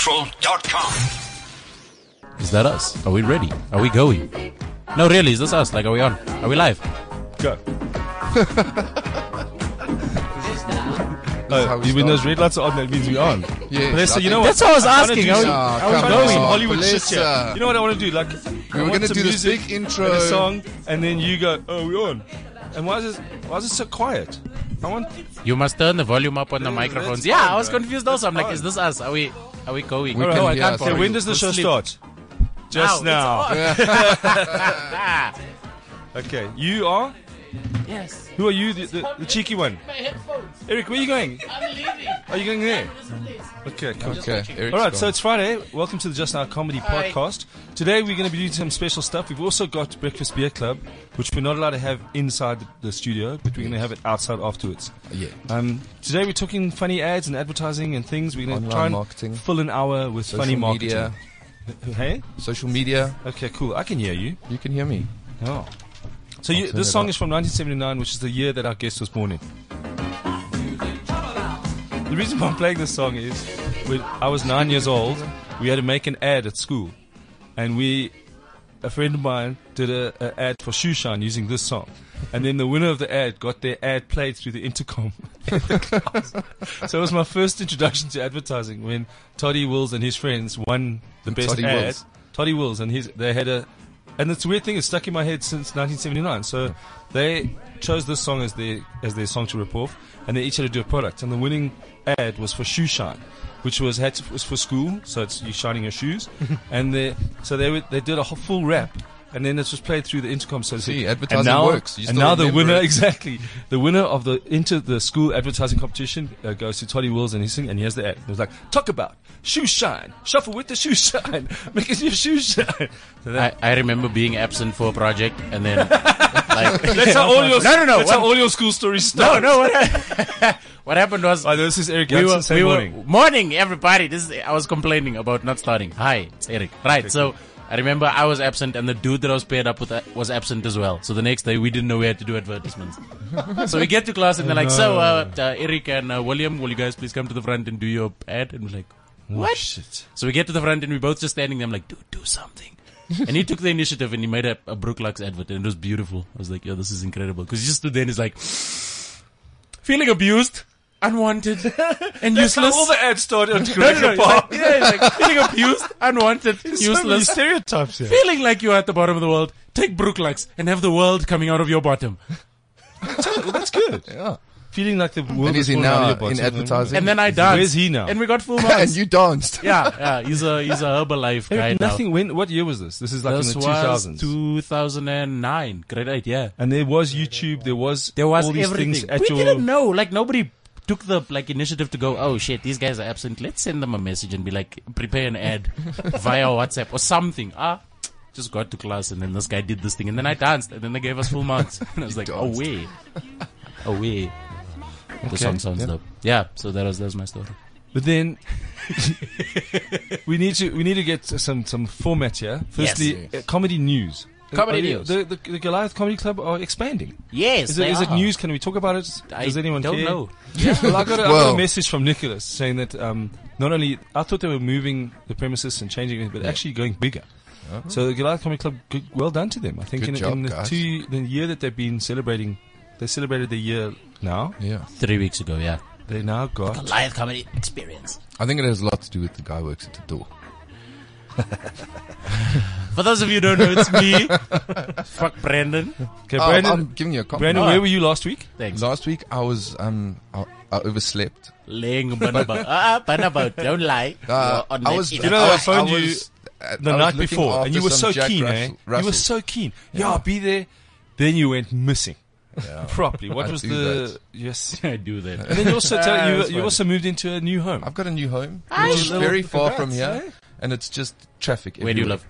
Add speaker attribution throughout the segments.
Speaker 1: CliffCentral.com.
Speaker 2: Is that us? Are we ready? Are we going? No, really, is this us? Like, are we on? Are we live?
Speaker 3: Go.
Speaker 4: how
Speaker 3: Uh,
Speaker 4: we
Speaker 3: when
Speaker 4: start.
Speaker 3: those red lights are on, that means we're on.
Speaker 4: Yes,
Speaker 3: Bless,
Speaker 4: I
Speaker 3: you know
Speaker 4: think-
Speaker 3: what?
Speaker 2: That's what I was
Speaker 3: wanna
Speaker 2: asking.
Speaker 3: do
Speaker 2: Are we-
Speaker 3: some-
Speaker 4: Ah,
Speaker 3: I wanna
Speaker 4: come
Speaker 3: do
Speaker 4: on.
Speaker 3: some Hollywood shit
Speaker 4: Bless,
Speaker 3: here.
Speaker 4: uh,
Speaker 3: You know what I want to do? Like, we
Speaker 4: were gonna do this big intro.
Speaker 3: a song, and then you go, "Oh, we're on." And why is it? Why is it so quiet? I want.
Speaker 2: You must turn the volume up on the
Speaker 3: Yeah,
Speaker 2: microphones.
Speaker 3: that's
Speaker 2: Yeah,
Speaker 3: fine,
Speaker 2: I was
Speaker 3: bro.
Speaker 2: confused also. I'm
Speaker 3: That's
Speaker 2: like,
Speaker 3: fine.
Speaker 2: is this us? Are we? Are we going?
Speaker 4: We
Speaker 2: no,
Speaker 4: can
Speaker 2: I
Speaker 4: hear
Speaker 2: can't.
Speaker 4: us.
Speaker 2: follow
Speaker 3: Okay,
Speaker 2: you.
Speaker 3: when does the show
Speaker 2: Let's sleep.
Speaker 3: start? Just
Speaker 2: Now,
Speaker 3: now.
Speaker 2: it's on.
Speaker 3: Okay, you are.
Speaker 2: yes.
Speaker 3: Who are you? The, the, the cheeky one.
Speaker 2: My headphones.
Speaker 3: Eric, where are you going?
Speaker 2: I'm leaving.
Speaker 3: Are you going there? Okay, cool.
Speaker 4: Okay, Eric's
Speaker 3: All right,
Speaker 4: gone.
Speaker 3: so it's Friday. Welcome to the Just Now Comedy
Speaker 2: Hi.
Speaker 3: Podcast. Today we're going to be doing some special stuff. We've also got Breakfast Beer Club, which we're not allowed to have inside the studio, but we're going to have it outside afterwards.
Speaker 4: yeah.
Speaker 3: Um, today we're talking funny ads and advertising and things. We're going to
Speaker 4: Online
Speaker 3: try and
Speaker 4: marketing.
Speaker 3: fill an hour with
Speaker 4: Social
Speaker 3: funny
Speaker 4: media.
Speaker 3: marketing. Hey,
Speaker 4: Social media.
Speaker 3: okay, cool. I can hear you.
Speaker 4: You can hear me.
Speaker 3: Oh. So you,
Speaker 4: turn
Speaker 3: this
Speaker 4: it
Speaker 3: song
Speaker 4: up.
Speaker 3: is from 1979, which is the year that our guest was born in. The reason why I'm playing this song is when I was nine years old, we had to make an ad at school. And we, a friend of mine, did an ad for Shoe Shine using this song. And then the winner of the ad got their ad played through the intercom. in the class. so it was my first introduction to advertising when Toddy Wills and his friends won the best
Speaker 4: Toddy
Speaker 3: ad.
Speaker 4: Wills.
Speaker 3: Toddy Wills and his they had a and it's a weird thing it's stuck in my head since 1979 so they chose this song as their as their song to rip off and they each had to do a product and the winning ad was for shoe shine which was had to, was for school so it's you shining your shoes and they so they were, they did a whole full rap and then it was played through the intercom so it
Speaker 4: See,
Speaker 3: said,
Speaker 4: advertising
Speaker 3: and now,
Speaker 4: works. You
Speaker 3: and
Speaker 4: still
Speaker 3: now the
Speaker 4: remember
Speaker 3: winner
Speaker 4: it.
Speaker 3: exactly the winner of the inter the school advertising competition uh, goes to Toddy Wills and he sing and he has the ad it was like talk about shoe shine shuffle with the shoe shine make it your shoe shine so that,
Speaker 2: I, I remember being absent for a project and then like
Speaker 3: That's how all your
Speaker 2: no no no
Speaker 3: That's
Speaker 2: what,
Speaker 3: how all your school stories
Speaker 2: no
Speaker 3: start.
Speaker 2: no what, hap- what happened was
Speaker 3: Oh, this is Eric
Speaker 2: we
Speaker 3: Jansen.
Speaker 2: were,
Speaker 3: say
Speaker 2: we
Speaker 3: morning.
Speaker 2: were morning everybody this is, I was complaining about not starting hi it's Eric right so I remember I was absent and the dude that I was paired up with uh, was absent as well so the next day we didn't know we had to do advertisements so we get to class and they're like so uh, uh, Eric and uh, William will you guys please come to the front and do your ad and we're like what
Speaker 3: Shit.
Speaker 2: so we get to the front and we're both just standing there. I'm like, dude, do something. and he took the initiative and he made a, a Brooklux advert and it was beautiful. I was like, yo, this is incredible. Cause he just stood there and he's like, feeling abused, unwanted, and useless.
Speaker 3: All the ads started on
Speaker 2: No, no, no.
Speaker 3: Gorilla
Speaker 2: He's like,
Speaker 3: Park.
Speaker 2: yeah, he's like, feeling abused, unwanted,
Speaker 3: So many
Speaker 2: useless,
Speaker 3: stereotypes here.
Speaker 2: feeling like you're at the bottom of the world. Take Brooklux and have the world coming out of your bottom.
Speaker 3: That's good.
Speaker 4: Yeah.
Speaker 3: Feeling like the world
Speaker 4: And is
Speaker 3: is
Speaker 4: he
Speaker 3: falling out
Speaker 4: now
Speaker 3: of your
Speaker 4: in
Speaker 3: bottom.
Speaker 4: advertising?
Speaker 2: And then I danced.
Speaker 3: Where's he now?
Speaker 2: And we got full
Speaker 4: and
Speaker 2: marks.
Speaker 4: you danced.
Speaker 2: yeah, yeah, he's a he's a Herbalife guy
Speaker 3: Eric,
Speaker 2: now.
Speaker 3: nothing. When? What year was this? This is like
Speaker 2: This
Speaker 3: in the
Speaker 2: was
Speaker 3: 2000s.
Speaker 2: 2009. Grade 8, yeah.
Speaker 3: and there was YouTube. There was
Speaker 2: There was
Speaker 3: all these
Speaker 2: everything.
Speaker 3: things at
Speaker 2: we
Speaker 3: your.
Speaker 2: didn't know. Like nobody took the like initiative to go. Oh shit, these guys are absent. Let's send them a message and be like, prepare an ad via WhatsApp or something. Ah, just got to class and then this guy did this thing and then I danced and then they gave us full marks and I was like,
Speaker 4: danced.
Speaker 2: away, away. The song sounds dope. Yeah, so that was that was my story.
Speaker 3: But then we need to we need to get some some format here. Firstly, uh, comedy news.
Speaker 2: Comedy
Speaker 3: Are you-
Speaker 2: news.
Speaker 3: The, the, the Goliath Comedy Club are expanding.
Speaker 2: Yes,
Speaker 3: Is it,
Speaker 2: they
Speaker 3: is it
Speaker 2: are.
Speaker 3: news? Can we talk about it?
Speaker 2: I
Speaker 3: Does anyone
Speaker 2: don't
Speaker 3: care?
Speaker 2: know.
Speaker 3: well, I got, a, I got a
Speaker 4: Well-
Speaker 3: message from Nicholas saying that um, not only I thought they were moving the premises and changing it, but actually going bigger.
Speaker 2: Uh-huh.
Speaker 3: So the Goliath Comedy Club, good, well done to them. I think
Speaker 4: Good
Speaker 3: in,
Speaker 4: job,
Speaker 3: in the,
Speaker 4: guys.
Speaker 3: two, the year that they've been celebrating, they celebrated the year now.
Speaker 4: Yeah.
Speaker 2: Three weeks ago, yeah.
Speaker 3: They now got
Speaker 2: Live comedy experience.
Speaker 4: I think it has a lot to do with the guy who works at the door.
Speaker 2: For those of you who don't know, it's me. Fuck Brandon.
Speaker 3: okay.
Speaker 4: Um,
Speaker 3: Brandon,
Speaker 4: I'm giving you a compliment.
Speaker 3: Brandon, where were you last week?
Speaker 2: Thanks.
Speaker 4: Last week I was um I, I overslept.
Speaker 2: Laying Bunabo. Ah, Bunabo, don't lie.
Speaker 4: Uh,
Speaker 2: You're on
Speaker 4: I
Speaker 2: that
Speaker 4: was.
Speaker 2: internet.
Speaker 3: You know, I phoned you
Speaker 4: uh,
Speaker 3: the
Speaker 4: I was
Speaker 3: night
Speaker 4: looking
Speaker 3: before, and
Speaker 4: after
Speaker 3: you were
Speaker 4: some
Speaker 3: so
Speaker 4: Jack
Speaker 3: keen,
Speaker 4: Russell,
Speaker 3: eh? You were so keen. Yeah, I'll be there. Then you went missing. Properly. What
Speaker 4: I
Speaker 3: was
Speaker 4: do
Speaker 3: the
Speaker 4: that.
Speaker 3: yes?
Speaker 2: I do that.
Speaker 3: And then you also tell, you,
Speaker 2: that's
Speaker 3: you
Speaker 2: funny.
Speaker 3: also moved into a new home.
Speaker 4: I've got a new home, which is very far from here,
Speaker 3: eh?
Speaker 4: and it's just traffic.
Speaker 2: Where do you
Speaker 4: everywhere.
Speaker 2: live?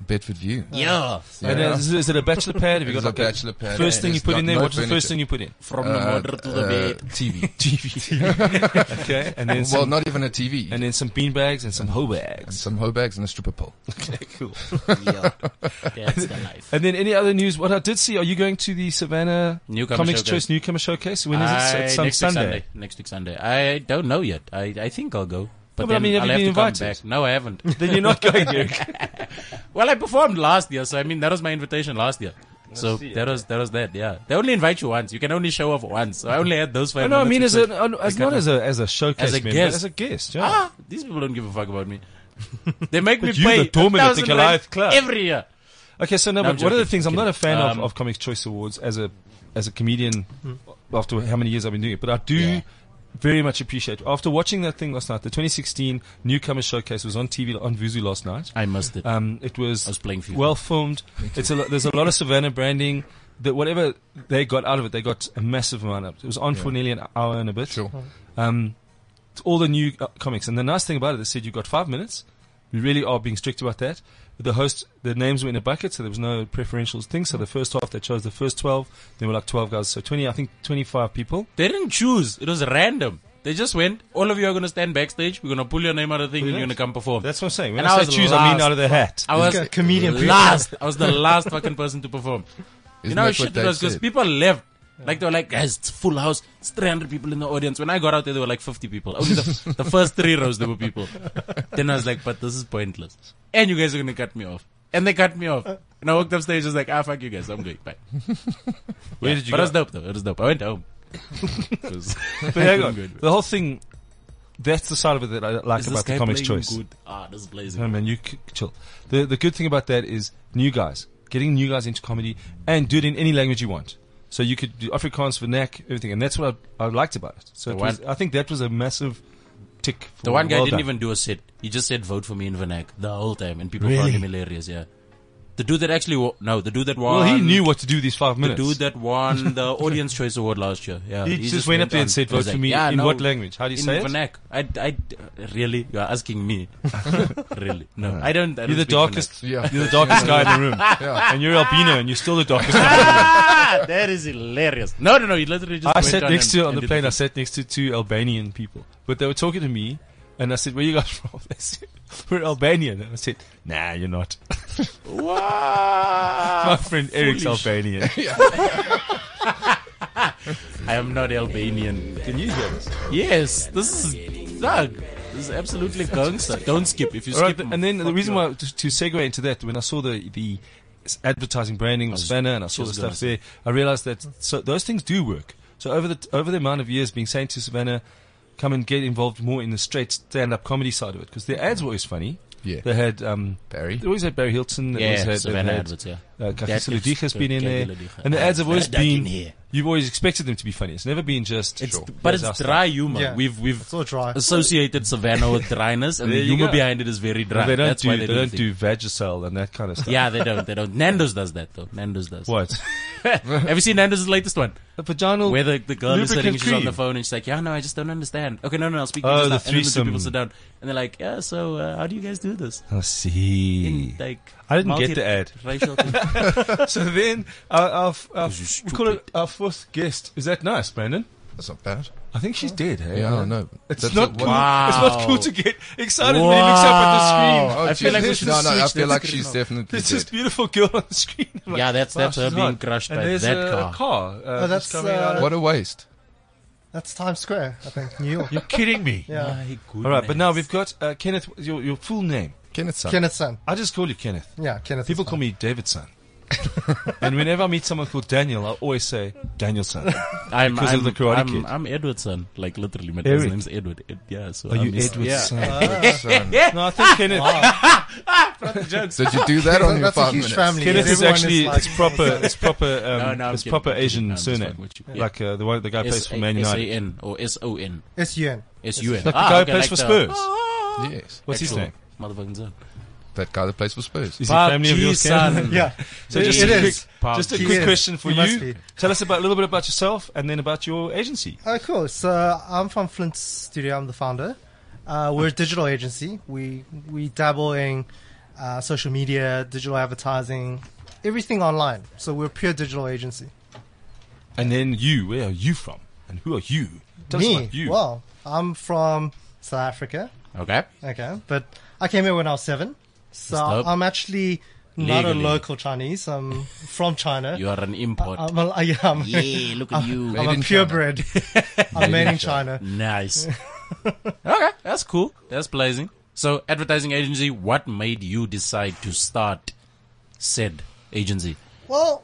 Speaker 4: Bedford View.
Speaker 2: Yeah.
Speaker 3: And
Speaker 4: Yeah.
Speaker 3: uh, is, is it a bachelor pad? Have you
Speaker 4: It's
Speaker 3: got
Speaker 4: a
Speaker 3: like a-
Speaker 4: bachelor pad.
Speaker 3: First
Speaker 4: Yeah.
Speaker 3: thing you
Speaker 4: It's
Speaker 3: put
Speaker 4: got
Speaker 3: in there.
Speaker 4: no
Speaker 3: What's the first
Speaker 4: furniture.
Speaker 3: thing you put in?
Speaker 2: From the
Speaker 4: Uh,
Speaker 2: murder to the
Speaker 4: uh,
Speaker 2: bed.
Speaker 4: TV.
Speaker 3: Okay, and then
Speaker 4: well,
Speaker 3: some,
Speaker 4: not even a TV.
Speaker 3: and then some bean bags and some hoe bags.
Speaker 4: some hoe bags and a stripper pole.
Speaker 3: Okay, cool.
Speaker 2: Yeah. That's the life.
Speaker 3: And then any other news? What I did see, are you going to the Savannah
Speaker 2: Newcomer
Speaker 3: Comics
Speaker 2: Showcase.
Speaker 3: Choice Newcomer Showcase? When is it?
Speaker 2: I-
Speaker 3: It's on
Speaker 2: next week Sunday. Next week Sunday. I don't know yet. I, I think I'll go. But,
Speaker 3: No, but I
Speaker 2: then
Speaker 3: mean, have
Speaker 2: I'll
Speaker 3: you
Speaker 2: have
Speaker 3: been
Speaker 2: to come
Speaker 3: invited?
Speaker 2: back. No, I haven't.
Speaker 3: Then you're not going, Eric.
Speaker 2: well, I performed last year, so I mean that was my invitation last year. So
Speaker 3: see,
Speaker 2: that was that was that. Yeah, they only invite you once. You can only show up once. So I only had those five.
Speaker 3: No, I
Speaker 2: minutes
Speaker 3: mean as
Speaker 2: with
Speaker 3: a
Speaker 2: the-
Speaker 3: on- as
Speaker 2: the
Speaker 3: not
Speaker 2: guy.
Speaker 3: as a as a showcase
Speaker 2: As a
Speaker 3: man,
Speaker 2: guest.
Speaker 3: but as a guest. Yeah.
Speaker 2: ah, these people don't give a fuck about me. They make me
Speaker 3: you
Speaker 2: pay
Speaker 3: the torment of the
Speaker 2: 1,000
Speaker 3: Goliath
Speaker 2: rand
Speaker 3: Club.
Speaker 2: every year.
Speaker 3: Okay, so no,
Speaker 2: No, I'm
Speaker 3: but one of the
Speaker 2: joking,
Speaker 3: things I'm not a
Speaker 2: kidding.
Speaker 3: fan
Speaker 2: Um, Hmm.
Speaker 3: of of Comics Choice Awards as a as a comedian after how many years I've been doing it, but I do
Speaker 2: Yeah.
Speaker 3: very much appreciate. After watching that thing last night, the 2016 Newcomer Showcase was on TV on Vuzu last night.
Speaker 2: I missed it.
Speaker 3: Um, it was,
Speaker 2: I was playing FIFA.
Speaker 3: well filmed. It's a lo- there's a lot of Savannah branding. That whatever they got out of it, they got a massive amount of it. It was on for nearly an hour and a bit.
Speaker 4: Sure.
Speaker 3: Um, it's all the new uh, comics. And the nice thing about it, they said you've got five minutes. We really are being strict about that. The host, the names were in a bucket, so there was no preferential thing. So the first half, they chose the first 12. There were like 12 guys. So 20, I think 25 people.
Speaker 2: They didn't choose. It was random. They just went. All of you are gonna stand backstage. We're gonna pull your name out of the thing, and you're gonna come perform.
Speaker 3: That's what I'm saying. When
Speaker 2: And
Speaker 3: I,
Speaker 2: I was
Speaker 3: say choose, I mean
Speaker 2: last.
Speaker 3: out of the hat.
Speaker 2: I was
Speaker 1: a comedian.
Speaker 2: Last. I was the last fucking person to perform.
Speaker 4: Isn't
Speaker 2: you know how
Speaker 4: that
Speaker 2: shit
Speaker 4: what
Speaker 2: it
Speaker 4: they
Speaker 2: was because
Speaker 4: said?
Speaker 2: people left. Like they were like, guys, it's full house. It's 300 people in the audience. When I got out there, there were like 50 people. Only the, the first three rows there were people. Then I was like, but this is pointless. And you guys are gonna cut me off. And they cut me off. And I walked off stage. I was like, ah, fuck you guys. I'm going. Bye.
Speaker 3: Where did you
Speaker 2: but
Speaker 3: go?
Speaker 2: it was dope though. It was dope. I went home. It was-
Speaker 3: But hang
Speaker 2: I'm
Speaker 3: on.
Speaker 2: good.
Speaker 3: The whole thing, that's the side of it that I like
Speaker 2: Is
Speaker 3: about the comics
Speaker 2: playing
Speaker 3: choice.
Speaker 2: Good? Ah, this is blazing.
Speaker 3: No, man, you c- chill. The the good thing about that is new guys, getting new guys into comedy, and do it in any language you want. So you could do Afrikaans, Vernac, everything, and that's what I, I liked about it. So it
Speaker 2: The
Speaker 3: was,
Speaker 2: one-
Speaker 3: I think that was a massive tick. For
Speaker 2: The one guy
Speaker 3: well
Speaker 2: didn't
Speaker 3: done.
Speaker 2: even do a sit. He just said vote for me in Vanak the whole time, and people found him hilarious. Yeah, the dude that actually wa- no, the dude that won.
Speaker 3: Well, he knew what to do these five
Speaker 2: The
Speaker 3: minutes.
Speaker 2: dude that won the Audience Choice Award last year. Yeah,
Speaker 3: He just went up there
Speaker 2: on.
Speaker 3: and said,
Speaker 2: He was
Speaker 3: "Vote for me in
Speaker 2: no,
Speaker 3: what language?" How do you
Speaker 2: in
Speaker 3: say it?
Speaker 2: Vanak. I, I, really, you're asking me? really? No, I don't. I don't
Speaker 3: you're the
Speaker 2: speak
Speaker 3: darkest.
Speaker 4: Yeah.
Speaker 3: You're the darkest guy in the room,
Speaker 4: Yeah.
Speaker 3: and you're albino, and you're still the darkest. guy.
Speaker 2: Vanak. that is hilarious. No, no, no. He literally just.
Speaker 3: I
Speaker 2: went
Speaker 3: sat
Speaker 2: on
Speaker 3: next
Speaker 2: and-
Speaker 3: to on
Speaker 2: and
Speaker 3: the
Speaker 2: did
Speaker 3: plane. I sat next to two Albanian people, but they were talking to me, and I said, "Where you guys from?" They said, "We're Albanian." And I said, "Nah, you're not."
Speaker 2: thing. Wow.
Speaker 3: My friend Eric's
Speaker 2: Ah, foolish.
Speaker 3: Albanian.
Speaker 2: I am not Albanian.
Speaker 3: Can you hear this?
Speaker 2: Yes, this is Doug. This is absolutely gangster. Don't skip. If you
Speaker 3: All right,
Speaker 2: skip,
Speaker 3: th- and then the
Speaker 2: fuck
Speaker 3: reason
Speaker 2: you.
Speaker 3: why to, to segue into that, when I saw the the s- advertising branding of Spanner and I saw the
Speaker 2: just gonna
Speaker 3: stuff there, I realized that so those things do work. So over the t- over the amount of years being saying to Savannah, come and get involved more in the straight stand up comedy side of it because their ads were always funny.
Speaker 4: Yeah.
Speaker 3: They had um,
Speaker 4: Barry.
Speaker 3: They always had Barry Hilton. They
Speaker 2: Yeah,
Speaker 3: always had,
Speaker 2: Savannah
Speaker 3: they've
Speaker 2: Edwards, yeah.
Speaker 3: Uh,
Speaker 2: That
Speaker 3: Kakisa
Speaker 2: is
Speaker 3: Ludica's been in
Speaker 2: good,
Speaker 3: there,
Speaker 2: Kakisa Ludica.
Speaker 3: and the ads have always
Speaker 2: That in
Speaker 3: been.
Speaker 2: here.
Speaker 3: You've always expected them to be funny. It's never been just.
Speaker 2: It's,
Speaker 3: Sure.
Speaker 2: But
Speaker 3: Here's our
Speaker 2: it's
Speaker 3: stuff.
Speaker 2: dry humor.
Speaker 1: Yeah.
Speaker 2: We've we've
Speaker 1: It's all dry.
Speaker 2: associated Savannah with dryness, and
Speaker 3: There
Speaker 2: the
Speaker 3: you
Speaker 2: humor
Speaker 3: go.
Speaker 2: behind it is very dry.
Speaker 3: Well, they don't
Speaker 2: That's
Speaker 3: do
Speaker 2: why
Speaker 3: they,
Speaker 2: they,
Speaker 3: don't
Speaker 2: do.
Speaker 3: do Vagisil and that kind of stuff.
Speaker 2: Yeah, they don't. They don't. Nando's does that though. Nando's does.
Speaker 3: What?
Speaker 2: Have you seen Nando's latest one?
Speaker 3: A vaginal.
Speaker 2: Where the, the girl is sitting,
Speaker 3: Lubricant
Speaker 2: she's on the
Speaker 3: cream.
Speaker 2: phone, and she's like, "Yeah, no, I just don't understand." Okay, no, no, I'll speak.
Speaker 3: Oh,
Speaker 2: to you just now. And then the
Speaker 3: the
Speaker 2: two
Speaker 3: threesome.
Speaker 2: people sit down, and they're like, "Yeah, so uh, how do you guys do this?"
Speaker 3: I see.
Speaker 2: In, like,
Speaker 3: I didn't get the ad.
Speaker 2: Racial thing.
Speaker 3: so then, our, our, our,
Speaker 2: you
Speaker 3: we call it our fourth guest. Is that nice, Brandon?
Speaker 4: That's not bad.
Speaker 3: I think she's dead. Hey?
Speaker 2: oh,
Speaker 4: Yeah, I don't know.
Speaker 3: It's
Speaker 4: That's
Speaker 3: not
Speaker 4: it.
Speaker 3: cool.
Speaker 2: Wow.
Speaker 3: It's not cool to get excited when he looks up at the
Speaker 2: Wow.
Speaker 3: screen.
Speaker 4: Oh,
Speaker 2: I feel like we
Speaker 4: Jesus.
Speaker 2: should
Speaker 4: no, no, I
Speaker 2: switch
Speaker 4: feel
Speaker 2: the
Speaker 4: like
Speaker 2: screen
Speaker 4: she's
Speaker 2: off.
Speaker 4: definitely
Speaker 3: There's this
Speaker 4: dead.
Speaker 3: beautiful girl on the screen. I'm like,
Speaker 2: Yeah, that's-
Speaker 3: wow,
Speaker 2: that's her
Speaker 3: she's
Speaker 2: being
Speaker 3: hot.
Speaker 2: crushed
Speaker 3: and
Speaker 2: by
Speaker 3: there's
Speaker 2: that
Speaker 3: a
Speaker 2: car.
Speaker 3: car. Uh, just
Speaker 1: that's,
Speaker 3: coming out of-
Speaker 1: uh,
Speaker 4: What a waste.
Speaker 1: That's Times Square, I think, New York.
Speaker 3: You're kidding me.
Speaker 1: Yeah.
Speaker 2: My
Speaker 3: All right, but now
Speaker 2: goodness.
Speaker 3: we've got uh, Kenneth. Your, your full name.
Speaker 4: Kenneth Sun.
Speaker 1: Kenneth Sun.
Speaker 3: I just call you Kenneth.
Speaker 1: Yeah, Kenneth.
Speaker 3: People call me Davidson. and whenever I meet someone called Daniel, I always say Danielson.
Speaker 2: I'm,
Speaker 3: because
Speaker 2: I'm,
Speaker 3: of the Karate
Speaker 2: I'm,
Speaker 3: Kid.
Speaker 2: I'm Edwardson, like literally, my
Speaker 3: Eric.
Speaker 2: dad's name's Edward. Ed, yeah, so
Speaker 3: Are
Speaker 2: I'm
Speaker 3: you
Speaker 2: his-
Speaker 3: Edwardson?
Speaker 4: Kenneth Sun.
Speaker 3: No, I think Kenneth.
Speaker 4: Did you do that on your
Speaker 1: That's a
Speaker 4: five
Speaker 1: huge
Speaker 4: minutes?
Speaker 1: family.
Speaker 3: Kenneth
Speaker 1: yeah.
Speaker 3: is
Speaker 1: Everyone
Speaker 3: actually
Speaker 1: like-
Speaker 3: it's proper it's proper um,
Speaker 2: No, no, I'm
Speaker 3: it's
Speaker 2: kidding.
Speaker 3: proper
Speaker 2: I'm kidding.
Speaker 3: Asian
Speaker 2: No, I'm just
Speaker 3: surname
Speaker 2: fucking with you. Yeah.
Speaker 3: like uh, the one the guy plays
Speaker 2: S
Speaker 3: for Man
Speaker 2: A- S A
Speaker 3: United.
Speaker 2: N or S O N.
Speaker 1: S-U-N.
Speaker 2: S U N. Ah,
Speaker 3: Like the guy who plays for Spurs.
Speaker 2: Oh,
Speaker 4: Yes.
Speaker 3: What's his name?
Speaker 2: Motherfucking son.
Speaker 4: That guy that plays for
Speaker 3: Is
Speaker 4: Spurs.
Speaker 3: he
Speaker 2: Pop
Speaker 3: family of yours?
Speaker 2: G
Speaker 3: Ken?
Speaker 2: son.
Speaker 1: Yeah.
Speaker 3: So
Speaker 2: It
Speaker 3: just
Speaker 2: is.
Speaker 3: a quick,
Speaker 2: Pop
Speaker 3: just a
Speaker 2: G.
Speaker 3: quick
Speaker 1: Yes,
Speaker 3: question for
Speaker 1: he must
Speaker 3: you.
Speaker 1: be.
Speaker 3: Tell us about a little bit about yourself and then about your agency.
Speaker 1: Oh, cool. So I'm from Flint Studio. I'm the founder. Uh, we're a digital agency. We we dabble in uh, social media, digital advertising, everything online. So we're a pure digital agency.
Speaker 3: And then you, where are you from? And who are you? Tell us
Speaker 1: Me,
Speaker 3: about you.
Speaker 1: well, I'm from South Africa.
Speaker 2: Okay.
Speaker 1: Okay, but I came here when I was seven, so
Speaker 2: That's dope.
Speaker 1: I'm actually not
Speaker 2: Legally.
Speaker 1: a local Chinese. I'm from China.
Speaker 2: You are an import.
Speaker 1: I'm a, yeah, I'm,
Speaker 3: Ah,
Speaker 2: yeah, look at you.
Speaker 4: Made
Speaker 1: I'm a
Speaker 4: in China.
Speaker 1: purebred. I'm made in China.
Speaker 2: Nice. Okay, that's cool. That's pleasing. So, advertising agency, what made you decide to start said agency?
Speaker 1: Well,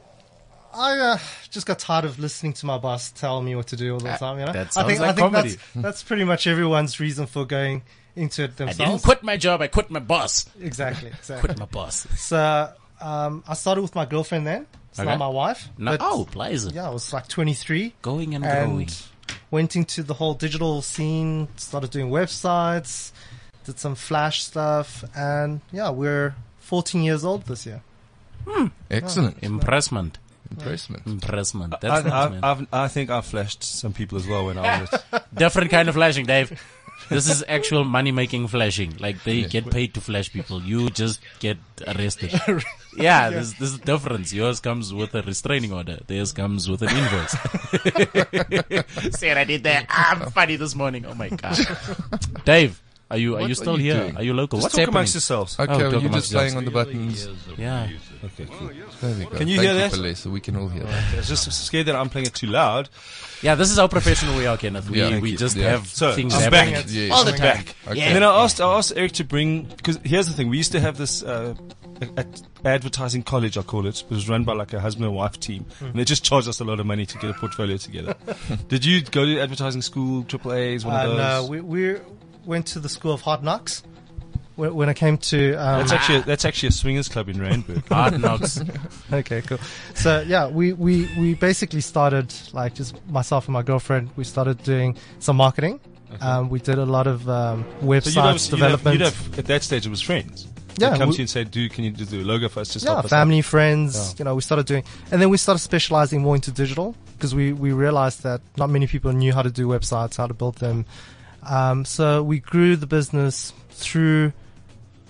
Speaker 1: I uh, just got tired of listening to my boss tell me what to do all the time. You know,
Speaker 2: Ah, that
Speaker 1: I
Speaker 2: sounds
Speaker 1: think
Speaker 2: like
Speaker 1: I think
Speaker 2: comedy.
Speaker 1: that's that's pretty much everyone's reason for going into it
Speaker 2: I
Speaker 1: themselves.
Speaker 2: didn't quit my job. I quit my boss.
Speaker 1: Exactly. exactly.
Speaker 2: Quit my boss.
Speaker 1: So um, I started with my girlfriend then. It's
Speaker 2: Okay.
Speaker 1: not my wife.
Speaker 2: No,
Speaker 1: but
Speaker 2: oh, pleasing.
Speaker 1: yeah, I was like 23.
Speaker 2: Going and, growing.
Speaker 1: and went into the whole digital scene, started doing websites, did some flash stuff, and yeah, we're 14 years old this year.
Speaker 3: Oh,
Speaker 4: Excellent.
Speaker 2: Impressment.
Speaker 4: Impressment.
Speaker 3: Mm.
Speaker 2: Impressment.
Speaker 3: I,
Speaker 2: That's nice, man.
Speaker 3: I, I've, I think I flashed some people as well when I was.
Speaker 2: Different kind of flashing, Dave. This is actual money making flashing. Like they get paid to flash people. You just get arrested. Yeah, There's, there's a difference. Yours comes with a restraining order. Theirs comes with an invoice. Sarah did that. I'm funny this morning. Oh my god. Dave, are you are
Speaker 4: What
Speaker 2: you
Speaker 4: are
Speaker 2: still
Speaker 4: you
Speaker 2: here?
Speaker 4: doing?
Speaker 2: Are you local?
Speaker 3: Just
Speaker 2: What's
Speaker 3: talk
Speaker 2: happening?
Speaker 3: amongst yourselves.
Speaker 4: Okay,
Speaker 2: Oh,
Speaker 4: well,
Speaker 2: talk
Speaker 4: you're
Speaker 2: amongst
Speaker 4: just playing on the
Speaker 2: yourselves.
Speaker 4: buttons.
Speaker 2: yeah.
Speaker 3: Okay, cool.
Speaker 4: There we go.
Speaker 3: Can you
Speaker 4: Thank
Speaker 3: hear that?
Speaker 4: You, Palesa. We can all hear that.
Speaker 3: I was just scared that I'm playing it too loud.
Speaker 2: Yeah, this is how professional we are, Kenneth. We,
Speaker 4: Yeah, thank
Speaker 2: we
Speaker 4: you.
Speaker 2: just
Speaker 4: Yeah.
Speaker 2: have
Speaker 3: So
Speaker 2: things
Speaker 3: I'm
Speaker 2: happening.
Speaker 3: back.
Speaker 4: Yeah.
Speaker 2: All the
Speaker 3: I'm
Speaker 2: time.
Speaker 3: back.
Speaker 4: Okay.
Speaker 2: Yeah.
Speaker 3: And then I asked, I asked Eric to bring because here's the thing: we used to have this uh, a- a- advertising college, I call it. It was run by like a husband and wife team, and they just charged us a lot of money to get a portfolio together. Did you go to advertising school, triple A's, one
Speaker 1: Uh,
Speaker 3: of those?
Speaker 1: no, we, we went to the school of hard knocks when, when it came to. Um,
Speaker 3: that's actually a, that's actually a swingers club in Randburg.
Speaker 2: Hard knocks.
Speaker 1: okay, cool. So yeah, we, we, we basically started like just myself and my girlfriend. We started doing some marketing. Um, we did a lot of um,
Speaker 3: Uh-huh. So you'd have,
Speaker 1: website
Speaker 3: you'd, have,
Speaker 1: development.
Speaker 3: you'd have at that stage it was friends.
Speaker 1: Yeah,
Speaker 3: they come
Speaker 1: we-
Speaker 3: to you and say, "Do can you do the logo for us?" Just
Speaker 1: yeah,
Speaker 3: help us out."
Speaker 1: family, friends. You know, we started doing, and then we started specializing more into digital because we we realized that not many people knew how to do websites, how to build them. Um, so we grew the business through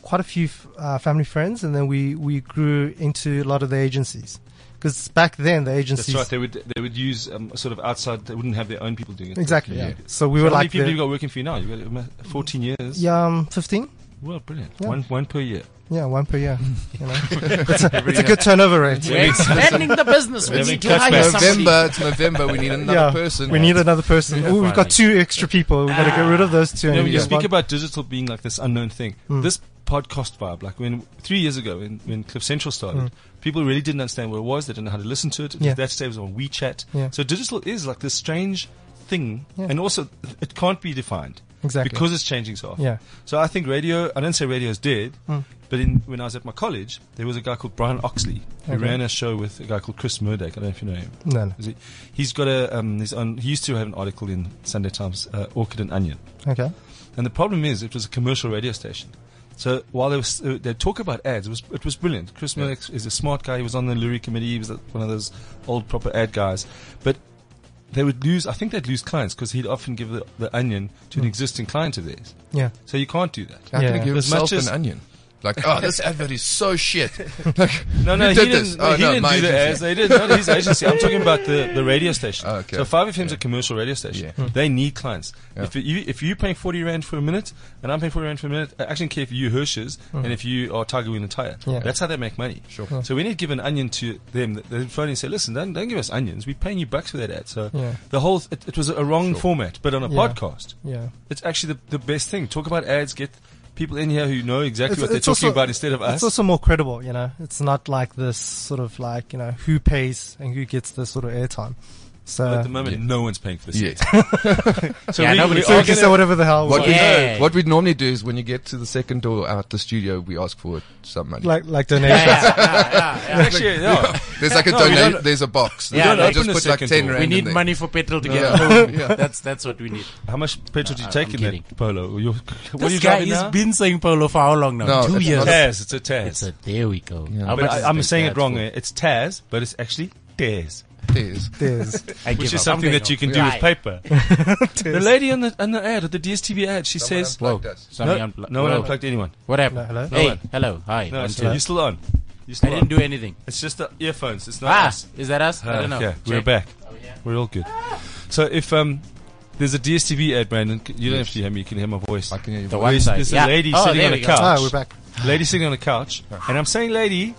Speaker 1: quite a few f- uh, family friends, and then we we grew into a lot of the agencies because back then the
Speaker 3: That's
Speaker 1: agencies
Speaker 3: right. They would they would use um, sort of outside. They wouldn't have their own people doing it.
Speaker 1: exactly.
Speaker 4: Yeah.
Speaker 1: Yeah. So we
Speaker 3: How
Speaker 1: were
Speaker 3: many
Speaker 1: like
Speaker 3: people
Speaker 1: the-
Speaker 3: you got working for you now? You got um, uh, fourteen years.
Speaker 1: yeah, um, fifteen.
Speaker 3: Well, brilliant.
Speaker 1: Yeah.
Speaker 3: One one per year.
Speaker 1: Yeah, one per year. You know, it's, a, it's a good turnover rate.
Speaker 2: We're expanding the business. We
Speaker 3: Having
Speaker 2: need to hire
Speaker 3: cutbacks.
Speaker 2: somebody.
Speaker 4: November. It's November. We need another
Speaker 1: yeah,
Speaker 4: person.
Speaker 1: we need another person. Ooh, we've got two extra people. We've got to get rid of those two.
Speaker 3: You
Speaker 1: and
Speaker 3: know, when you
Speaker 1: get
Speaker 3: speak
Speaker 1: one-
Speaker 3: about digital being like this unknown thing,
Speaker 1: Mm.
Speaker 3: this podcast vibe, like when three years ago when, when Cliff Central started, people really didn't understand what it was. They didn't know how to listen to it.
Speaker 1: Mm. Yeah.
Speaker 3: That stage was on WeChat.
Speaker 1: Yeah.
Speaker 3: So digital is like this strange thing,
Speaker 1: Yeah.
Speaker 3: and also it can't be defined
Speaker 1: Exactly.
Speaker 3: because it's changing so often.
Speaker 1: Yeah.
Speaker 3: So I think radio. I don't say radio is dead, but in, when I was at my college, there was a guy called Brian Oxley who
Speaker 1: Okay.
Speaker 3: ran a show with a guy called Chris Murdoch. I don't know if you know him.
Speaker 1: No, no.
Speaker 3: Is he, he's got a um, his own, he used to have an article in Sunday Times, uh, Orchid and Onion.
Speaker 1: Okay.
Speaker 3: And the problem is, it was a commercial radio station. So while they, was, uh, they talk about ads, it was, it was brilliant. Chris Murdoch is a smart guy. He was on the Lurie committee. He was uh, one of those old proper ad guys. But they would lose, I think they'd lose clients because he'd often give the, the onion to an existing client of theirs.
Speaker 1: Yeah.
Speaker 3: So you can't do that.
Speaker 4: How can
Speaker 1: Yeah.
Speaker 4: I give
Speaker 3: As much
Speaker 4: myself
Speaker 3: as-
Speaker 4: an onion? Like, oh, this advert is so shit. Like,
Speaker 3: No, no,
Speaker 4: who
Speaker 3: he
Speaker 4: did
Speaker 3: didn't,
Speaker 4: this?
Speaker 3: no,
Speaker 4: oh,
Speaker 3: he
Speaker 4: no,
Speaker 3: didn't
Speaker 4: my
Speaker 3: do the
Speaker 4: agency. Oh,
Speaker 3: ads. They didn't. Not his agency. I'm talking about the, the radio station.
Speaker 4: Okay.
Speaker 3: So 5FM's a commercial radio station.
Speaker 4: Yeah. Hmm.
Speaker 3: They need clients.
Speaker 4: Yeah.
Speaker 3: If, you, if you're paying 40 Rand for a minute, and I'm paying 40 Rand for a minute, I actually don't care if you Hirsch's and if you are Tiger Wing and Tire.
Speaker 1: Yeah.
Speaker 3: That's how they make money.
Speaker 4: Hmm. Sure.
Speaker 3: So when you give an onion to them, they phone and say, listen, don't, don't give us onions. We're paying you bucks for that ad. So
Speaker 1: Yeah.
Speaker 3: the whole, it, it was a wrong
Speaker 4: Sure.
Speaker 3: format, but on a
Speaker 1: Yeah.
Speaker 3: podcast,
Speaker 1: Yeah.
Speaker 3: it's actually the, the best thing. Talk about ads, get people in here who know exactly
Speaker 1: It's-
Speaker 3: what they're
Speaker 1: it's
Speaker 3: talking
Speaker 1: also-
Speaker 3: about instead of us.
Speaker 1: It's also more credible, you know. It's not like this sort of like, you know, who pays and who gets this sort of airtime. So,
Speaker 3: at the moment, no one's paying for this.
Speaker 4: uh, Yeah.
Speaker 3: So
Speaker 2: Yeah, nobody-
Speaker 1: so
Speaker 3: are
Speaker 1: we can
Speaker 3: gonna-
Speaker 1: say whatever the hell we
Speaker 4: What,
Speaker 1: want.
Speaker 4: we
Speaker 2: Yeah.
Speaker 4: what we'd normally do is when you get to the second door out the studio, we ask for some money.
Speaker 1: Like, like donations.
Speaker 3: Actually, yeah.
Speaker 4: there's like a
Speaker 3: No, we
Speaker 4: donate.
Speaker 3: don't-
Speaker 4: There's a box.
Speaker 2: Yeah,
Speaker 4: They
Speaker 2: don't
Speaker 4: just
Speaker 3: open the
Speaker 4: put like
Speaker 3: second
Speaker 4: ten
Speaker 3: door.
Speaker 4: rand.
Speaker 2: We
Speaker 4: in
Speaker 2: need
Speaker 4: there.
Speaker 2: money for petrol to get
Speaker 4: Yeah.
Speaker 2: home.
Speaker 4: Yeah.
Speaker 2: That's that's what we need.
Speaker 3: How much petrol do you
Speaker 2: Uh,
Speaker 3: take
Speaker 2: I'm
Speaker 3: in
Speaker 2: kidding.
Speaker 3: that polo? You're, what are
Speaker 2: this
Speaker 3: you
Speaker 2: guy
Speaker 3: driving
Speaker 2: has
Speaker 3: now?
Speaker 2: been saying polo for how long now?
Speaker 4: No,
Speaker 2: Two
Speaker 4: it's
Speaker 2: years.
Speaker 4: not-
Speaker 3: Taz. It's a Taz.
Speaker 2: It's a, there we go.
Speaker 4: Yeah.
Speaker 2: How
Speaker 3: but
Speaker 2: much
Speaker 3: I,
Speaker 2: is
Speaker 3: I'm
Speaker 2: that
Speaker 3: saying it
Speaker 2: Taz
Speaker 3: wrong.
Speaker 2: for?
Speaker 3: eh? It's Taz, but it's actually Taz,
Speaker 4: There's-
Speaker 1: There's-
Speaker 2: I give
Speaker 3: which
Speaker 2: up.
Speaker 3: is something
Speaker 2: I'm
Speaker 3: that you
Speaker 2: going
Speaker 3: can do
Speaker 2: home.
Speaker 3: with
Speaker 2: Right.
Speaker 3: paper. the lady on the on the ad, on the DSTV ad, she
Speaker 4: Someone
Speaker 3: says,
Speaker 4: unplugged us.
Speaker 2: Sorry,
Speaker 3: no,
Speaker 2: unplug-
Speaker 3: no one
Speaker 2: Whoa.
Speaker 3: unplugged anyone.
Speaker 2: What happened?
Speaker 1: No, hello?
Speaker 2: Hey,
Speaker 3: No one.
Speaker 2: hello. Hi.
Speaker 3: No,
Speaker 2: One,
Speaker 3: it's-
Speaker 2: two.
Speaker 3: you're still on.
Speaker 2: I
Speaker 3: You're still
Speaker 2: didn't
Speaker 3: on.
Speaker 2: do anything.
Speaker 3: It's just the earphones. It's not
Speaker 2: Ah,
Speaker 3: us.
Speaker 2: is that us? I
Speaker 3: Ah,
Speaker 2: don't know.
Speaker 3: Okay,
Speaker 2: Check. Oh,
Speaker 3: we're back. We're all good. So if um, there's a DSTV ad, Brandon, c- you don't have to hear me. You can hear my voice.
Speaker 4: I can hear you.
Speaker 2: The one
Speaker 3: There's-
Speaker 2: side.
Speaker 3: there's a
Speaker 2: yeah.
Speaker 3: lady
Speaker 2: oh,
Speaker 3: sitting
Speaker 2: there
Speaker 3: on a
Speaker 2: we go.
Speaker 3: couch.
Speaker 1: Ah, we're back.
Speaker 3: lady sitting on the couch, and I'm saying lady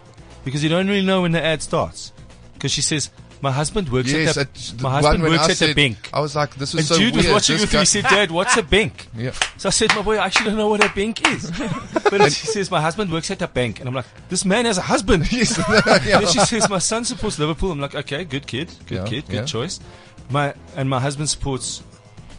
Speaker 3: because you don't really know when the ad starts. Because she says, My husband works
Speaker 4: Yes,
Speaker 3: at
Speaker 4: at
Speaker 3: a,
Speaker 4: the
Speaker 3: my
Speaker 4: one
Speaker 3: husband
Speaker 4: when
Speaker 3: works
Speaker 4: I
Speaker 3: at
Speaker 4: said,
Speaker 3: a bank.
Speaker 4: I was like, this is
Speaker 3: And
Speaker 4: so
Speaker 3: Jude
Speaker 4: weird.
Speaker 3: was watching
Speaker 4: this
Speaker 3: with me.
Speaker 4: guy-
Speaker 3: He said, "Dad, what's a bank?"
Speaker 4: Yeah.
Speaker 3: So I said, "My boy, I actually don't know what a bank is." But she says, "My husband works at a bank," and I'm like, "This man has a husband."
Speaker 4: Yes.
Speaker 3: Then she says, "My son supports Liverpool." I'm like, "Okay, good kid, good
Speaker 4: Yeah,
Speaker 3: kid, good
Speaker 4: yeah.
Speaker 3: choice." My and my husband supports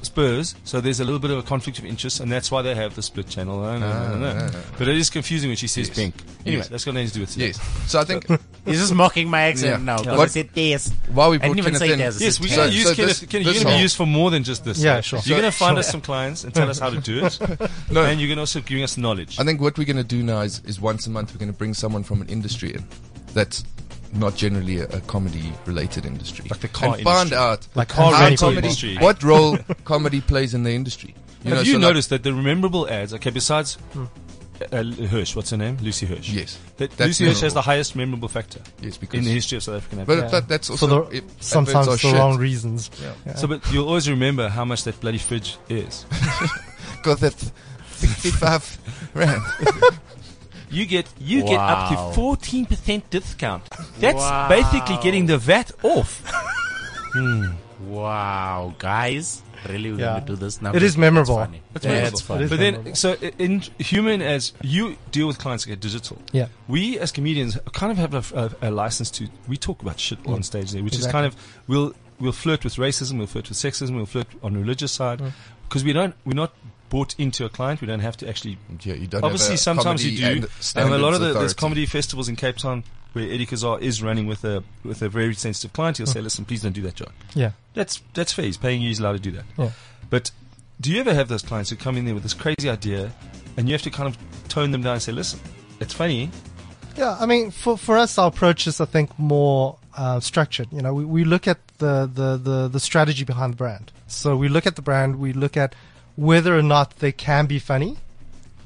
Speaker 3: Spurs, so there's a little bit of a conflict of interest, and that's why they have the split channel. I don't know, I don't know. But it is confusing when she says bank. Anyway,
Speaker 4: Ah, Yes.
Speaker 3: that's got nothing to do with today.
Speaker 4: Yes. So I think
Speaker 2: He's just mocking my accent
Speaker 4: Yeah.
Speaker 2: now.
Speaker 4: Yeah.
Speaker 2: Because
Speaker 4: What-
Speaker 2: I said this.
Speaker 4: while we
Speaker 2: I didn't
Speaker 4: brought
Speaker 2: even
Speaker 4: Kenneth
Speaker 2: say
Speaker 4: in,
Speaker 2: it as a
Speaker 3: Yes,
Speaker 2: sit
Speaker 3: we're
Speaker 2: down.
Speaker 3: going
Speaker 4: So-
Speaker 3: to use
Speaker 4: so
Speaker 3: Kenneth.
Speaker 4: this-
Speaker 3: Kenneth, you're
Speaker 4: this
Speaker 3: going to be
Speaker 4: whole-
Speaker 3: used for more than just this.
Speaker 1: Yeah,
Speaker 3: right?
Speaker 1: sure.
Speaker 3: You're
Speaker 4: So-
Speaker 3: going to find us
Speaker 4: sure.
Speaker 3: some clients and tell us how to do it,
Speaker 4: No.
Speaker 3: and you're going to also give us knowledge.
Speaker 4: I think what we're going to do now is, is once a month we're going to bring someone from an industry in that's not generally a, a comedy related industry,
Speaker 3: Like the car
Speaker 4: and find
Speaker 3: industry.
Speaker 4: out
Speaker 1: Like
Speaker 4: how
Speaker 1: car rental
Speaker 4: comedy,
Speaker 3: industry.
Speaker 4: what role comedy plays in the industry. You
Speaker 3: Have
Speaker 4: know,
Speaker 3: you
Speaker 4: so like-
Speaker 3: noticed that the memorable ads? Okay, besides
Speaker 1: Hmm.
Speaker 3: uh, Hirsch, what's her name? Lucy Hirsch.
Speaker 4: yes,
Speaker 3: That
Speaker 4: That's
Speaker 3: Lucy Hirsch has
Speaker 4: memorable.
Speaker 3: the highest memorable factor
Speaker 4: yes, because
Speaker 3: in the history of South African
Speaker 4: but,
Speaker 3: advertising.
Speaker 1: Yeah.
Speaker 4: but that's also
Speaker 1: for the
Speaker 4: if
Speaker 1: sometimes the
Speaker 4: adverts are shit,
Speaker 1: wrong reasons.
Speaker 4: Yeah.
Speaker 3: So, but you'll always remember how much that bloody fridge is.
Speaker 4: Got that sixty-five rand.
Speaker 3: You get you get up
Speaker 2: Wow.
Speaker 3: to fourteen percent discount. That's
Speaker 2: Wow.
Speaker 3: basically getting the VAT off.
Speaker 2: Wow, guys. Really, we're
Speaker 1: Yeah.
Speaker 2: going to do this now?
Speaker 1: It is memorable.
Speaker 2: It's funny.
Speaker 3: It's
Speaker 2: yeah,
Speaker 3: memorable.
Speaker 2: it's funny.
Speaker 1: It is
Speaker 3: But then,
Speaker 1: memorable.
Speaker 3: so i- in human as you deal with clients that get digital.
Speaker 1: Yeah.
Speaker 3: we as comedians kind of have a, a, a license to we talk about shit on stage there, which is
Speaker 4: Exactly.
Speaker 3: kind of we'll we'll flirt with racism, we'll flirt with sexism, we'll flirt on the religious side because we don't we're not bought into a client. We don't have to actually.
Speaker 4: Yeah, you don't. have
Speaker 3: obviously,
Speaker 4: a
Speaker 3: sometimes you
Speaker 4: comedy
Speaker 3: do,
Speaker 4: and
Speaker 3: and a lot of
Speaker 4: standards
Speaker 3: the, there's
Speaker 4: authority.
Speaker 3: comedy festivals in Cape Town where Eddie Kazar is running with a with a very sensitive client. He'll
Speaker 2: Hmm.
Speaker 3: say, "Listen, please don't do that joke."
Speaker 1: Yeah.
Speaker 3: That's that's fair. He's paying you. He's allowed to do that.
Speaker 1: Yeah.
Speaker 3: But do you ever have those clients who come in there with this crazy idea, and you have to kind of tone them down and say, "Listen, it's funny,
Speaker 1: Yeah, I mean, for for us, our approach is, I think, more uh, structured. You know, we, we look at the, the, the, the strategy behind the brand. So we look at the brand, we look at whether or not they can be funny,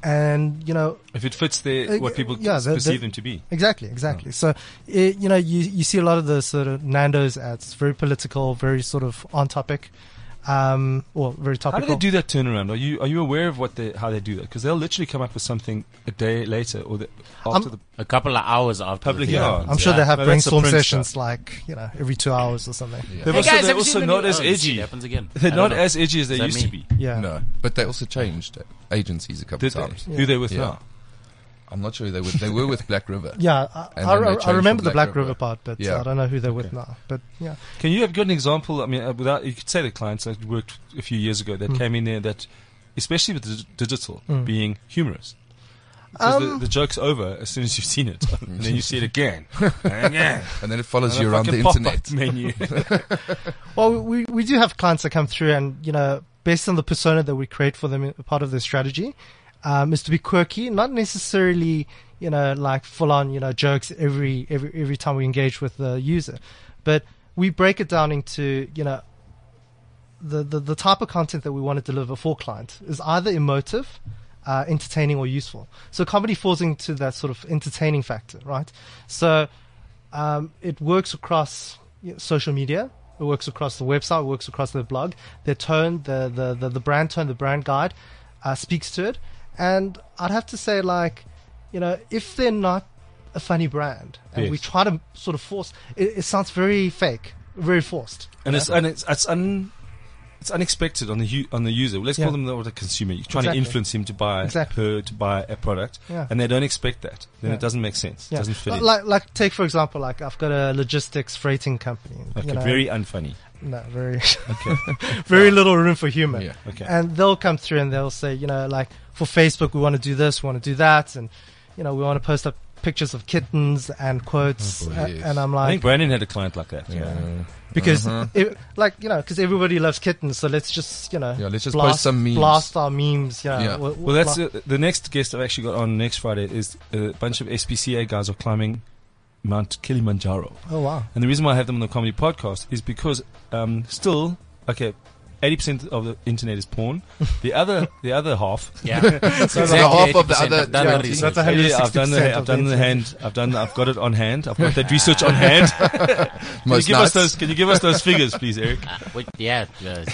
Speaker 1: and you know,
Speaker 3: If it fits their
Speaker 1: Uh,
Speaker 3: what people
Speaker 1: yeah, the-
Speaker 3: perceive
Speaker 1: the-
Speaker 3: them to be.
Speaker 1: Exactly, exactly. So, it, you know, you, you see a lot of the sort of Nando's ads, very political, very sort of on topic, um, or very
Speaker 3: How do
Speaker 1: topical.
Speaker 3: they do that turnaround? Are you are you aware of what they how they do that? Because they'll literally come up with something a day later or the, after
Speaker 1: I'm-
Speaker 3: the
Speaker 2: A couple of hours after.
Speaker 3: Public
Speaker 2: the thing
Speaker 3: hearing.
Speaker 2: happens,
Speaker 1: I'm sure
Speaker 2: yeah.
Speaker 1: they have
Speaker 3: No, that's the
Speaker 1: brainstorm
Speaker 3: print
Speaker 1: sessions like, you know, every two hours or something. Yeah.
Speaker 3: They're
Speaker 2: Hey
Speaker 3: also,
Speaker 2: guys,
Speaker 3: they're
Speaker 2: have you
Speaker 3: also
Speaker 2: seen the
Speaker 3: not
Speaker 2: new-
Speaker 3: as
Speaker 2: oh, you see,
Speaker 3: edgy.
Speaker 2: It happens again.
Speaker 3: They're
Speaker 2: I
Speaker 3: not
Speaker 2: don't know.
Speaker 3: as edgy as they
Speaker 2: Is that
Speaker 3: used to
Speaker 2: me?
Speaker 3: be.
Speaker 4: No, but they also changed agencies a couple
Speaker 3: Did
Speaker 4: of
Speaker 3: they?
Speaker 4: times.
Speaker 3: Who they with
Speaker 4: Yeah.
Speaker 3: now?
Speaker 4: I'm not sure who they were. They were with Black River.
Speaker 1: Yeah, I,
Speaker 4: And
Speaker 1: I,
Speaker 4: then they
Speaker 1: I,
Speaker 4: changed
Speaker 1: remember
Speaker 4: the
Speaker 1: the Black,
Speaker 4: Black
Speaker 1: River,
Speaker 4: River.
Speaker 1: part, but uh,
Speaker 4: Yeah.
Speaker 1: I don't know who they're with now. But yeah,
Speaker 3: Can you have got an example? I mean, uh, without you could say the clients that worked a few years ago that
Speaker 1: Hmm.
Speaker 3: came in there that, especially with dig- digital being humorous. Because
Speaker 1: Um,
Speaker 3: the, the joke's over as soon as you've seen it, and then you see it again.
Speaker 4: And then it follows you
Speaker 3: a
Speaker 4: around the
Speaker 3: fucking pop-up
Speaker 4: internet.
Speaker 3: menu.
Speaker 1: Well, we, we do have clients that come through, and you know, based on the persona that we create for them, uh, part of their strategy um, is to be quirky, not necessarily you know like full on you know jokes every every every time we engage with the user, but we break it down into you know the the, the type of content that we want to deliver for client is either emotive. Uh, entertaining or useful. So comedy falls into that sort of entertaining factor, right? So um, it works across you know, social media. It works across the website. It works across the blog. Their tone, the the the, the brand tone, the brand guide, uh, speaks to it. And I'd have to say, like, you know, if they're not a funny brand, and we
Speaker 3: Yes.
Speaker 1: try to sort of force, it, it sounds very fake, very forced.
Speaker 3: and it's and it's, it's un it's unexpected on the u- on the user. Let's
Speaker 1: Yeah.
Speaker 3: call them the, or the consumer. You're trying
Speaker 1: Exactly.
Speaker 3: to influence him to buy
Speaker 1: Exactly.
Speaker 3: her to buy a product,
Speaker 1: Yeah.
Speaker 3: and they don't expect that. Then
Speaker 1: Yeah.
Speaker 3: it doesn't make sense. It
Speaker 1: Yeah.
Speaker 3: doesn't fit. in.
Speaker 1: Like like take for example, like I've got a logistics freighting company.
Speaker 3: okay,
Speaker 1: you know,
Speaker 3: very unfunny.
Speaker 1: no, very very little room for humor.
Speaker 4: Yeah.
Speaker 3: Okay.
Speaker 1: And they'll come through and they'll say, you know, like for Facebook, we want to do this, we want to do that, and you know, we want to post up pictures of kittens and quotes.
Speaker 4: boy,
Speaker 1: a-
Speaker 4: yes.
Speaker 1: And I'm
Speaker 3: Oh, I
Speaker 1: like,
Speaker 3: think Uh-huh. Brandon had a client like that.
Speaker 4: Yeah. Uh-huh.
Speaker 1: because it, like you know, because everybody loves kittens, so let's just you know,
Speaker 4: Yeah, let's just
Speaker 1: blast,
Speaker 4: post some memes.
Speaker 1: blast our memes. You know,
Speaker 4: Yeah.
Speaker 1: w- w-
Speaker 3: Well, that's
Speaker 1: like-
Speaker 3: uh, the next guest I've actually got on next Friday is a bunch of SPCA guys are climbing Mount Kilimanjaro,
Speaker 1: oh wow,
Speaker 3: and the reason why I have them on the comedy podcast is because um, still okay. 80% of the internet is porn. The other, the other half,
Speaker 2: Yeah. That's exactly
Speaker 4: half of the
Speaker 2: 80%.
Speaker 4: other-
Speaker 2: I've done
Speaker 1: Yeah,
Speaker 2: the
Speaker 1: that's
Speaker 2: research.
Speaker 1: a-
Speaker 3: Yeah, I've done the,
Speaker 1: 160%
Speaker 3: I've
Speaker 1: of the
Speaker 3: done the
Speaker 1: internet.
Speaker 3: hand. I've done. I've got it on hand. I've got that research on hand. Can you
Speaker 4: Most
Speaker 3: give us
Speaker 4: nights.
Speaker 3: those? Can you give us those figures, please, Eric?
Speaker 2: Ah, Wait, yeah. uh,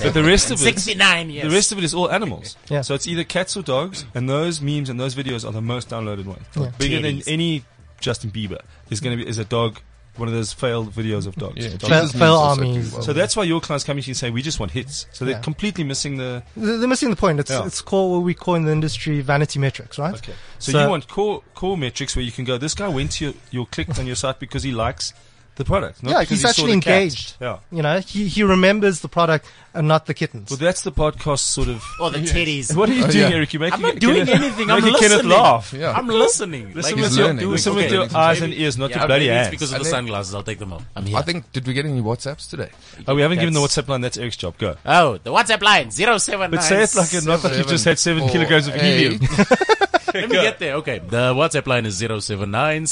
Speaker 3: But the rest of it,
Speaker 2: 69 years.
Speaker 3: the rest of it is all animals.
Speaker 1: Yeah.
Speaker 3: So it's either cats or dogs, and those memes and those videos are the most downloaded ones.
Speaker 1: Yeah.
Speaker 3: Bigger than
Speaker 2: Titties.
Speaker 3: any Justin Bieber is going to be is a dog one of those failed videos of dogs.
Speaker 4: Yeah,
Speaker 3: Dogs.
Speaker 1: Fail-
Speaker 4: Jesus
Speaker 1: fail
Speaker 4: also
Speaker 1: armies.
Speaker 4: do well.
Speaker 3: So that's why your clients come here and say we just want hits. So they're
Speaker 1: Yeah.
Speaker 3: completely missing the.
Speaker 1: They're they're missing the point. It's
Speaker 3: Yeah.
Speaker 1: it's called what we call in the industry vanity metrics, right?
Speaker 3: Okay. So,
Speaker 1: So-
Speaker 3: you want core core metrics where you can go. This guy went to your, your clicked on your site because he likes the product. Not
Speaker 1: Yeah,
Speaker 3: because
Speaker 1: he's
Speaker 3: he saw
Speaker 1: actually
Speaker 3: the cat.
Speaker 1: engaged.
Speaker 3: Yeah.
Speaker 1: You know, he he remembers the product and not the kittens.
Speaker 3: Well, that's the podcast sort of.
Speaker 2: Oh, the titties.
Speaker 3: What are you
Speaker 4: Oh,
Speaker 3: doing,
Speaker 4: yeah.
Speaker 3: Eric? You're making
Speaker 2: I'm not doing
Speaker 3: Kenneth-
Speaker 2: anything. I'm
Speaker 3: making Kenneth
Speaker 2: listening.
Speaker 3: laugh.
Speaker 4: Yeah.
Speaker 2: I'm listening.
Speaker 3: Listen
Speaker 4: He's
Speaker 3: with your,
Speaker 4: learning.
Speaker 3: listen
Speaker 4: Okay.
Speaker 3: with your
Speaker 4: Maybe-
Speaker 3: eyes and ears, not
Speaker 2: yeah,
Speaker 3: your bloody
Speaker 2: maybe
Speaker 3: hands.
Speaker 2: It's because of
Speaker 4: And
Speaker 2: the
Speaker 4: then-
Speaker 2: sunglasses. I'll take them off. I'm here.
Speaker 4: I think did we get any WhatsApps today?
Speaker 3: oh, we haven't given the
Speaker 2: That's-
Speaker 3: WhatsApp line. That's Eric's job. Go.
Speaker 2: Oh, the WhatsApp line 079.
Speaker 3: But say it like it's not like you just had seven
Speaker 4: Seven, four,
Speaker 3: kilograms of helium.
Speaker 4: eight.
Speaker 2: Let me get there. Okay. The WhatsApp line is 079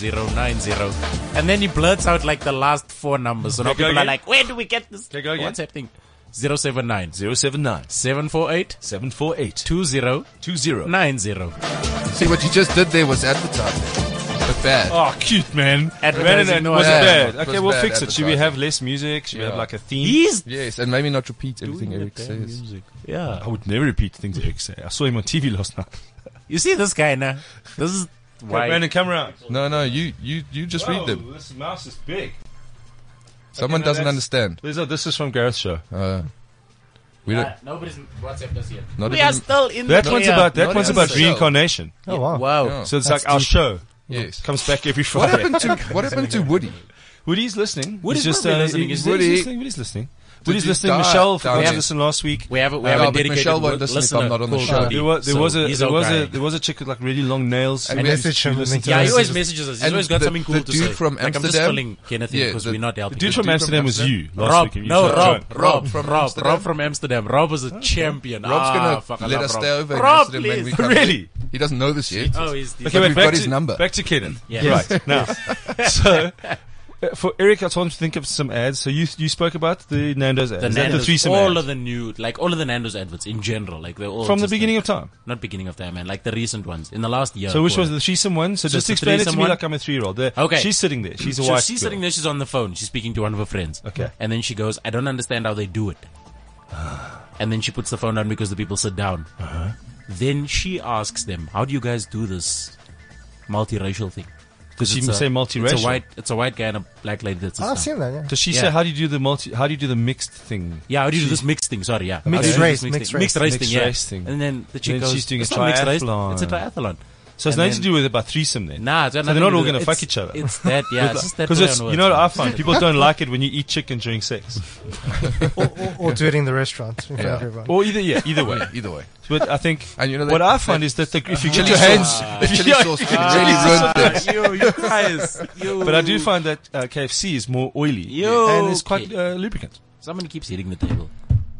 Speaker 2: 7482090. And then he blurts out like the last four numbers. So now
Speaker 3: Okay, go
Speaker 2: people are
Speaker 3: again.
Speaker 2: like, where do we get this
Speaker 3: Okay, go again.
Speaker 2: WhatsApp thing? 079
Speaker 3: Zero seven nine
Speaker 2: 748
Speaker 3: seven four eight two
Speaker 2: 2090.
Speaker 3: two zero.
Speaker 4: See what you just did there was advertising. But bad.
Speaker 3: Oh, cute man.
Speaker 2: Advertising,
Speaker 3: Man, it
Speaker 2: no
Speaker 3: was
Speaker 4: idea.
Speaker 3: bad.
Speaker 4: It was
Speaker 3: Okay, we'll
Speaker 4: bad
Speaker 3: fix it. Should we
Speaker 4: advertising.
Speaker 3: have less music? Should we have
Speaker 4: Yeah.
Speaker 3: like a theme?
Speaker 2: He's.
Speaker 4: Yes, and maybe not repeat everything Eric says.
Speaker 2: Yeah.
Speaker 3: I would never repeat things Eric say. I saw him on TV last night.
Speaker 2: You see this guy now? This is why.
Speaker 3: Brandon, come around.
Speaker 4: No, no, you you you just read them.
Speaker 3: This mouse is big.
Speaker 4: Someone
Speaker 3: no,
Speaker 4: doesn't
Speaker 3: that's-
Speaker 4: understand.
Speaker 3: Lizzo, oh, this is from Gareth's show.
Speaker 4: Uh, we
Speaker 2: Uh,
Speaker 4: don't.
Speaker 2: nobody's WhatsApp us yet.
Speaker 4: Not
Speaker 2: we
Speaker 4: even-
Speaker 2: are still in
Speaker 3: That
Speaker 2: the
Speaker 3: one's
Speaker 2: air.
Speaker 3: about that
Speaker 4: not
Speaker 3: one's
Speaker 4: even
Speaker 3: about
Speaker 4: show.
Speaker 3: reincarnation.
Speaker 1: oh wow.
Speaker 2: Wow.
Speaker 4: Yeah.
Speaker 3: So it's
Speaker 1: That's
Speaker 3: like our
Speaker 1: deep.
Speaker 3: show
Speaker 4: Yes.
Speaker 3: comes back every
Speaker 4: What
Speaker 3: Friday.
Speaker 4: happened to what happened to Woody?
Speaker 3: Woody's listening.
Speaker 2: Woody's
Speaker 3: He's uh,
Speaker 2: probably listening.
Speaker 3: He's
Speaker 4: Is Woody-
Speaker 3: listening. Woody's listening. Woody's
Speaker 4: you
Speaker 3: listening.
Speaker 4: die
Speaker 3: Michelle forgot
Speaker 4: down
Speaker 3: to
Speaker 4: in-
Speaker 3: listen last week.
Speaker 2: We have a, we
Speaker 4: Uh,
Speaker 2: have
Speaker 4: no,
Speaker 2: a
Speaker 4: but
Speaker 2: dedicated
Speaker 4: Michelle won't
Speaker 2: wo-
Speaker 4: listen if
Speaker 2: listener
Speaker 4: I'm not on the
Speaker 2: called
Speaker 4: show.
Speaker 2: Woody.
Speaker 3: There was there was
Speaker 2: So
Speaker 3: a
Speaker 2: he's
Speaker 3: there
Speaker 2: our
Speaker 3: was
Speaker 2: guy.
Speaker 3: a there was a chick with like really long nails.
Speaker 4: And
Speaker 3: She
Speaker 4: we
Speaker 3: listened
Speaker 1: messaged him
Speaker 3: to
Speaker 1: and
Speaker 3: listened
Speaker 1: then-
Speaker 3: to
Speaker 2: Yeah,
Speaker 3: us.
Speaker 2: he
Speaker 4: This
Speaker 2: always
Speaker 4: is-
Speaker 2: messages us. He's
Speaker 4: and
Speaker 2: always got
Speaker 4: the-
Speaker 2: something cool
Speaker 4: the
Speaker 2: to
Speaker 4: dude
Speaker 2: say.
Speaker 4: from
Speaker 2: like, I'm just
Speaker 4: Amsterdam?
Speaker 2: filling Kenneth in
Speaker 4: Yeah,
Speaker 2: because
Speaker 4: the-
Speaker 2: we're not helping.
Speaker 3: Dude from
Speaker 4: from
Speaker 3: Amsterdam was
Speaker 4: Amsterdam?
Speaker 3: you last
Speaker 2: Rob,
Speaker 3: week. You
Speaker 2: no,
Speaker 3: said-
Speaker 2: Rob,
Speaker 3: John.
Speaker 2: Rob, Rob
Speaker 4: from
Speaker 2: from Rob,
Speaker 4: Amsterdam?
Speaker 2: Rob from Amsterdam. Rob is a champion.
Speaker 4: Rob's
Speaker 2: ah,
Speaker 4: gonna
Speaker 2: fuck, I
Speaker 4: let
Speaker 2: love
Speaker 4: us
Speaker 2: Rob.
Speaker 4: stay over in
Speaker 2: Rob,
Speaker 4: Amsterdam when we
Speaker 2: please.
Speaker 4: come.
Speaker 3: Really?
Speaker 4: He doesn't know this yet.
Speaker 2: Oh, he's the
Speaker 3: Okay,
Speaker 4: But
Speaker 3: wait,
Speaker 4: we've
Speaker 3: back
Speaker 4: got
Speaker 3: to,
Speaker 4: his number.
Speaker 3: Back to Kenan.
Speaker 2: Yes.
Speaker 3: Right now. so, uh, for Eric, I told him to think of some ads. So you you spoke about the Nando's ads,
Speaker 2: the
Speaker 3: Is that the
Speaker 2: Nando's,
Speaker 3: threesome
Speaker 2: all
Speaker 3: ads?
Speaker 2: of the new, like all of the Nando's adverts in general, like they're all
Speaker 3: from the
Speaker 2: just,
Speaker 3: beginning
Speaker 2: like,
Speaker 3: of time.
Speaker 2: not beginning of time, man, like the recent ones in the last year.
Speaker 3: So which
Speaker 2: quarter.
Speaker 3: was the threesome one? So,
Speaker 2: So it's
Speaker 3: just
Speaker 2: the
Speaker 3: explain it to
Speaker 2: threesome
Speaker 3: me
Speaker 2: one?
Speaker 3: like I'm a three year old.
Speaker 2: Okay.
Speaker 3: She's sitting there. She's a
Speaker 2: so
Speaker 3: white
Speaker 2: she's
Speaker 3: girl.
Speaker 2: sitting there, she's on the phone, she's speaking to one of her friends.
Speaker 3: Okay.
Speaker 2: And then she goes, I don't understand how they do it. And then she puts the phone down because the people sit down.
Speaker 3: Uh-huh.
Speaker 2: Then she asks them, How do you guys do this multiracial thing?
Speaker 3: Does she
Speaker 2: It's
Speaker 3: even
Speaker 2: a-
Speaker 3: say
Speaker 2: It's
Speaker 3: multiracial?
Speaker 2: a white, it's a white guy and a black lady that's.
Speaker 1: I've seen that. Yeah.
Speaker 3: Does she
Speaker 2: Yeah.
Speaker 3: say how do you do the multi? How do you do the mixed thing?
Speaker 2: Yeah, how do you do this mixed thing? Sorry, yeah.
Speaker 1: Mixed
Speaker 2: How do you do
Speaker 1: race,
Speaker 2: this
Speaker 1: mixed
Speaker 2: thing?
Speaker 1: race.
Speaker 2: mixed race
Speaker 3: Mixed
Speaker 2: thing, yeah.
Speaker 3: race thing.
Speaker 2: And then the chick
Speaker 3: Then
Speaker 2: goes,
Speaker 3: she's doing a
Speaker 2: it's not mixed race,
Speaker 3: triathlon."
Speaker 2: It's a triathlon.
Speaker 3: So it's
Speaker 2: And
Speaker 3: nothing to
Speaker 2: then-
Speaker 3: do with about threesome then.
Speaker 2: Nah, it's got
Speaker 3: so they're
Speaker 2: nothing
Speaker 3: not
Speaker 2: to
Speaker 3: all
Speaker 2: do-
Speaker 3: going to
Speaker 2: it's-
Speaker 3: fuck each other.
Speaker 2: It's that, yeah. it's just that
Speaker 3: Because
Speaker 2: play
Speaker 3: it's
Speaker 2: on
Speaker 3: you
Speaker 2: words,
Speaker 3: know what
Speaker 2: man.
Speaker 3: I find people don't like it when you eat chicken during sex,
Speaker 1: Or, or, or do it in the restaurant in front of
Speaker 4: Yeah.
Speaker 1: everyone.
Speaker 3: or either yeah either way.
Speaker 4: Yeah, either way.
Speaker 3: But I think
Speaker 4: And you know that-
Speaker 3: what I find
Speaker 4: that-
Speaker 3: is that the, if you get
Speaker 4: Chili
Speaker 3: your hands,
Speaker 4: sauce, the chili sauce thing really
Speaker 3: Ah,
Speaker 4: ruined things.
Speaker 2: Yo, you guys. Yo.
Speaker 3: but I do find that uh, KFC is more oily
Speaker 2: Yo,
Speaker 3: and it's quite
Speaker 2: okay.
Speaker 3: uh, lubricant.
Speaker 2: Someone keeps hitting the table.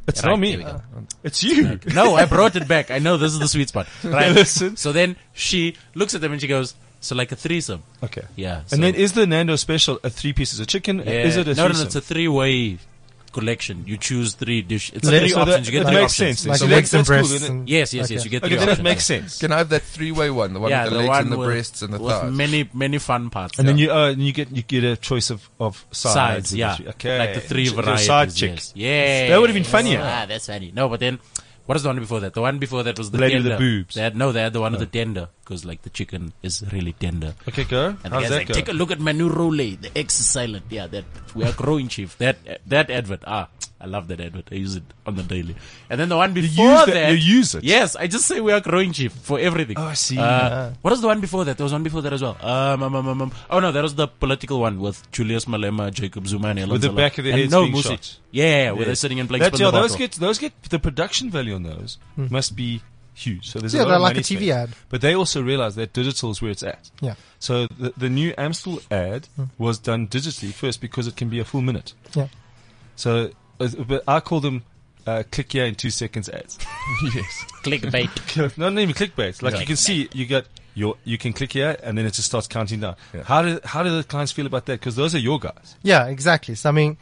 Speaker 3: It's
Speaker 2: Right,
Speaker 3: not
Speaker 2: there
Speaker 3: me,
Speaker 2: we go.
Speaker 3: it's you.
Speaker 2: No, I brought it back. I know this is the sweet spot. Right.
Speaker 3: Listen.
Speaker 2: So then she looks at them and she goes, "So like a threesome."
Speaker 3: Okay.
Speaker 2: Yeah. so-
Speaker 3: And then is the Nando special a three pieces of chicken?
Speaker 2: Yeah.
Speaker 3: Is it a
Speaker 2: no, no, no,
Speaker 3: threesome?
Speaker 2: it's a three-way collection. You choose three dish. It's
Speaker 1: Okay,
Speaker 2: three
Speaker 1: so
Speaker 2: options.
Speaker 3: that-
Speaker 2: you get
Speaker 3: that
Speaker 2: three
Speaker 3: makes
Speaker 2: options.
Speaker 3: sense.
Speaker 1: Like
Speaker 3: So
Speaker 1: the
Speaker 3: that-
Speaker 1: legs and
Speaker 3: that's cool,
Speaker 1: breasts.
Speaker 3: isn't it?
Speaker 1: and,
Speaker 2: Yes, yes, yes. You
Speaker 1: Okay.
Speaker 2: get three
Speaker 3: Okay, then
Speaker 2: options.
Speaker 3: it makes sense.
Speaker 4: Can I have that three-way one? The one
Speaker 2: Yeah,
Speaker 4: with the, legs and the
Speaker 2: with-
Speaker 4: breasts and the
Speaker 2: with
Speaker 4: thighs.
Speaker 2: many, many fun parts.
Speaker 3: And then
Speaker 2: Yeah.
Speaker 3: you uh, and you get you get a choice of of sides.
Speaker 2: sides,
Speaker 3: of the
Speaker 2: yeah,
Speaker 3: three. Okay.
Speaker 2: like the three
Speaker 3: Ch- the
Speaker 2: varieties.
Speaker 3: side chick.
Speaker 2: yeah,
Speaker 3: That would've been funnier.
Speaker 2: Ah, that's funny. No, but then what is the one before that? The one before that was the
Speaker 3: Lady with
Speaker 2: tender.
Speaker 3: the boobs. Oh.
Speaker 2: They had, no, they had the one with the tender because like the chicken is really tender.
Speaker 3: Okay, go.
Speaker 2: And the
Speaker 3: How's
Speaker 2: guy's
Speaker 3: that
Speaker 2: like,
Speaker 3: go?
Speaker 2: take a look at my new role. eh? The X is silent. Yeah, that we are growing, chief. That that advert. Ah, I love that advert. I use it on the daily. And then the one before
Speaker 3: use that- you use it?
Speaker 2: Yes, I just say we are growing, chief, for everything.
Speaker 3: Oh, I see.
Speaker 2: Uh, what was the one before that? There was one before that as well. Um, um, um, um, um. Oh no, that was the political one with Julius Malema, Jacob Zuma, and Ellen
Speaker 3: With the
Speaker 2: Zola.
Speaker 3: back of their
Speaker 2: And
Speaker 3: heads
Speaker 2: no
Speaker 3: being
Speaker 2: Musi.
Speaker 3: shot.
Speaker 2: Yeah, where
Speaker 3: Yeah.
Speaker 2: they're sitting and playing
Speaker 3: That,
Speaker 2: spin
Speaker 3: yeah,
Speaker 2: the
Speaker 3: those
Speaker 2: bottle.
Speaker 3: get those get the production value on those must be huge. So there's a
Speaker 1: Hmm. Yeah,
Speaker 3: lot
Speaker 1: they're
Speaker 3: of
Speaker 1: like
Speaker 3: money
Speaker 1: a TV
Speaker 3: spent.
Speaker 1: ad.
Speaker 3: But they also realize that digital is where it's at.
Speaker 1: Yeah.
Speaker 3: So the, the new Amstel ad was done digitally first because it can be a full minute.
Speaker 1: Hmm. Yeah.
Speaker 3: So uh, but I call them uh, click here in two seconds ads.
Speaker 4: yes.
Speaker 2: clickbait.
Speaker 3: No, not even clickbait. Like
Speaker 2: Yeah.
Speaker 3: you can see, you got your, you can click here, and then it just starts counting down.
Speaker 4: Yeah.
Speaker 3: How do how do the clients feel about that? Because those are your guys.
Speaker 1: Yeah, exactly. So I mean,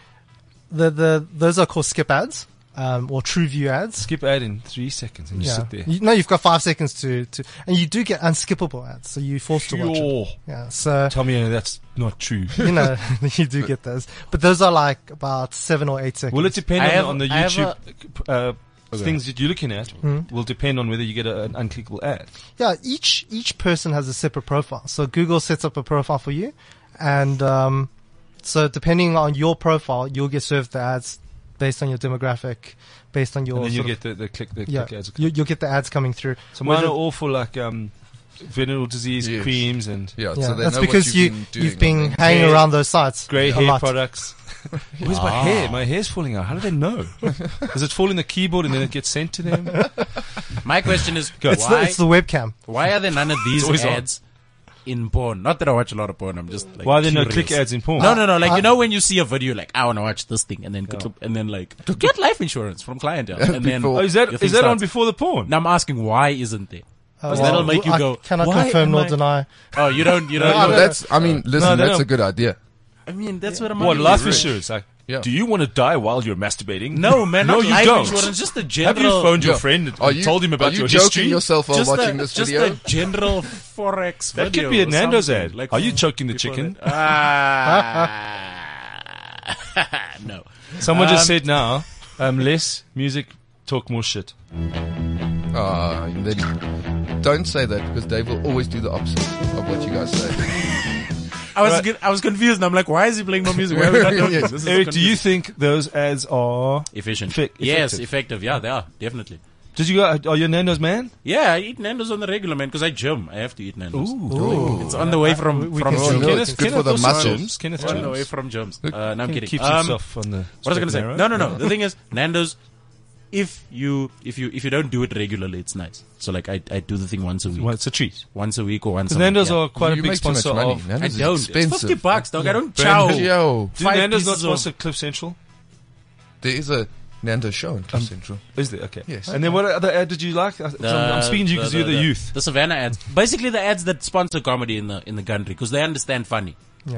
Speaker 1: the the those are called skip ads um, or true view ads.
Speaker 3: Skip ad in three seconds, and you
Speaker 1: yeah.
Speaker 3: sit there.
Speaker 1: You- no, you've got five seconds to, to, and you do get unskippable ads, so you're forced to watch it.
Speaker 3: Sure.
Speaker 1: Yeah. So
Speaker 3: Tell me uh, that's not true.
Speaker 1: you know you do get those, but those are like about seven or eight seconds.
Speaker 3: Will it depend
Speaker 2: I
Speaker 3: on,
Speaker 2: have-
Speaker 3: the- on the
Speaker 2: I have Hmm?
Speaker 3: YouTube uh,
Speaker 4: Okay.
Speaker 3: things that you're looking at? Will depend on whether you get a, an unclickable ad.
Speaker 1: Yeah, each each person has a separate profile. So Google sets up a profile for you, and um, so depending on your profile, you'll get served the ads based on your demographic, based on your
Speaker 3: and then you
Speaker 1: sort of-
Speaker 3: get the, the click the
Speaker 1: yeah,
Speaker 3: click ads.
Speaker 1: you, you'll get the ads coming through.
Speaker 3: So mine
Speaker 1: Whether-
Speaker 3: are all for like um, venereal disease
Speaker 4: Yes.
Speaker 3: creams and
Speaker 4: Yeah,
Speaker 1: yeah,
Speaker 4: so they
Speaker 1: that's
Speaker 4: know
Speaker 1: because
Speaker 4: what
Speaker 1: you
Speaker 4: you've been doing.
Speaker 1: you've been
Speaker 4: aren't
Speaker 1: hanging
Speaker 3: Yeah.
Speaker 1: around those sites
Speaker 3: grey
Speaker 1: a
Speaker 3: hair
Speaker 1: lot.
Speaker 3: products. Where's my
Speaker 2: Ah.
Speaker 3: hair? My hair's falling out. How do they know? Does it fall in the keyboard and then it gets sent to them?
Speaker 2: My question is
Speaker 3: Go.
Speaker 1: It's the,
Speaker 2: why,
Speaker 1: it's the webcam.
Speaker 2: why are there none of these
Speaker 3: always on.
Speaker 2: ads in porn? Not that I watch a lot of porn. I'm just like
Speaker 3: Why are there no
Speaker 2: curious.
Speaker 3: click ads in porn?
Speaker 2: No, no, no. Like
Speaker 1: Uh,
Speaker 2: you know when you see a video, like I want to watch this thing, and then and then like get life insurance from clientele, and then
Speaker 4: Before-
Speaker 3: Oh, is that
Speaker 2: your
Speaker 3: is
Speaker 2: thing
Speaker 3: that on
Speaker 2: starts.
Speaker 3: before the porn?
Speaker 2: Now I'm asking why isn't there?
Speaker 1: Uh,
Speaker 2: Because that'll make you
Speaker 1: I
Speaker 2: go,
Speaker 1: Cannot
Speaker 2: "Why
Speaker 1: confirm
Speaker 2: am
Speaker 1: nor
Speaker 2: I-"
Speaker 1: deny.
Speaker 2: Oh, you don't, you
Speaker 4: they?
Speaker 2: don't.
Speaker 4: No, that's. I mean, listen,
Speaker 3: no, they
Speaker 4: that's a
Speaker 3: don't.
Speaker 4: good idea.
Speaker 2: I mean, that's what I'm.
Speaker 3: What
Speaker 2: arguing.
Speaker 3: life
Speaker 2: Really?
Speaker 3: insurance? Like,
Speaker 4: Yeah.
Speaker 3: do you want to die while you're masturbating?
Speaker 2: No, man.
Speaker 3: no,
Speaker 2: not
Speaker 3: you
Speaker 2: life
Speaker 3: don't.
Speaker 2: Insurance, just the
Speaker 3: Have
Speaker 2: general.
Speaker 3: you phoned your
Speaker 4: Yeah.
Speaker 3: friend and
Speaker 4: Are you,
Speaker 3: told him
Speaker 4: are
Speaker 3: about
Speaker 4: you
Speaker 3: your
Speaker 4: joking
Speaker 3: history?
Speaker 4: yourself while
Speaker 2: just
Speaker 4: watching
Speaker 2: the,
Speaker 4: this
Speaker 2: just
Speaker 4: video?
Speaker 2: the general forex.
Speaker 3: That
Speaker 2: video
Speaker 3: could be a
Speaker 2: or
Speaker 3: Nando's
Speaker 2: something,
Speaker 3: ad. Are you
Speaker 2: from
Speaker 3: choking the
Speaker 2: before
Speaker 3: chicken?
Speaker 2: that. Ah, no.
Speaker 3: Someone
Speaker 2: Um,
Speaker 3: just said now, um, less music, talk more shit.
Speaker 4: Ah, there you- don't say that because Dave will always do the opposite of what you guys say.
Speaker 2: I was
Speaker 3: Right.
Speaker 2: get- I was confused. and I'm like, why is he playing no music? Why are we not talking?
Speaker 4: Yes.
Speaker 2: This is
Speaker 3: Eric, do you
Speaker 2: confusing.
Speaker 3: think those ads are?
Speaker 2: efficient?
Speaker 3: Fe-
Speaker 2: yes,
Speaker 3: effective.
Speaker 2: effective. Yeah, they are definitely.
Speaker 3: Did you go? Are you a Nando's man?
Speaker 2: Yeah, I eat Nando's on the regular, man, because I gym. I have to eat Nando's.
Speaker 4: Ooh.
Speaker 2: It's on the way from
Speaker 1: we
Speaker 2: from
Speaker 1: can
Speaker 2: gym.
Speaker 1: see
Speaker 4: Look, it's good for the
Speaker 3: also
Speaker 4: muscles.
Speaker 3: gyms. Kenneth
Speaker 2: on the
Speaker 3: gyms.
Speaker 2: way from gyms. Uh, no, I'm
Speaker 3: He
Speaker 2: kidding.
Speaker 3: keeps
Speaker 2: Um,
Speaker 3: himself on the.
Speaker 2: What was I going to say?
Speaker 3: straight and
Speaker 2: No,
Speaker 3: narrow.
Speaker 2: no, no. the thing is, Nando's, if you if you if you don't do it regularly, it's nice. So like, I I do the thing once a week,
Speaker 3: Well, it's a treat.
Speaker 2: once a week or once. a
Speaker 3: Because
Speaker 2: month,
Speaker 3: Nando's
Speaker 2: yeah.
Speaker 3: are quite a
Speaker 4: you
Speaker 3: big
Speaker 4: make too much
Speaker 3: sponsor
Speaker 4: money.
Speaker 3: of.
Speaker 2: I
Speaker 4: Nando's is
Speaker 2: don't.
Speaker 4: expensive.
Speaker 2: It's fifty bucks, dog. I don't chow.
Speaker 3: Brand-
Speaker 4: Yo,
Speaker 3: Do
Speaker 2: Five
Speaker 3: Nando's not
Speaker 2: pieces of-
Speaker 3: sponsor Cliff Central?
Speaker 4: there is a Nando show in Club
Speaker 2: Um,
Speaker 4: Central.
Speaker 3: Is there? Okay.
Speaker 4: Yes.
Speaker 3: And then what other ad did you like? I- 'cause I'm, I'm speaking to you because you're the, youth.
Speaker 2: The Savannah ads, basically the ads that sponsor comedy in the in the country because they understand funny.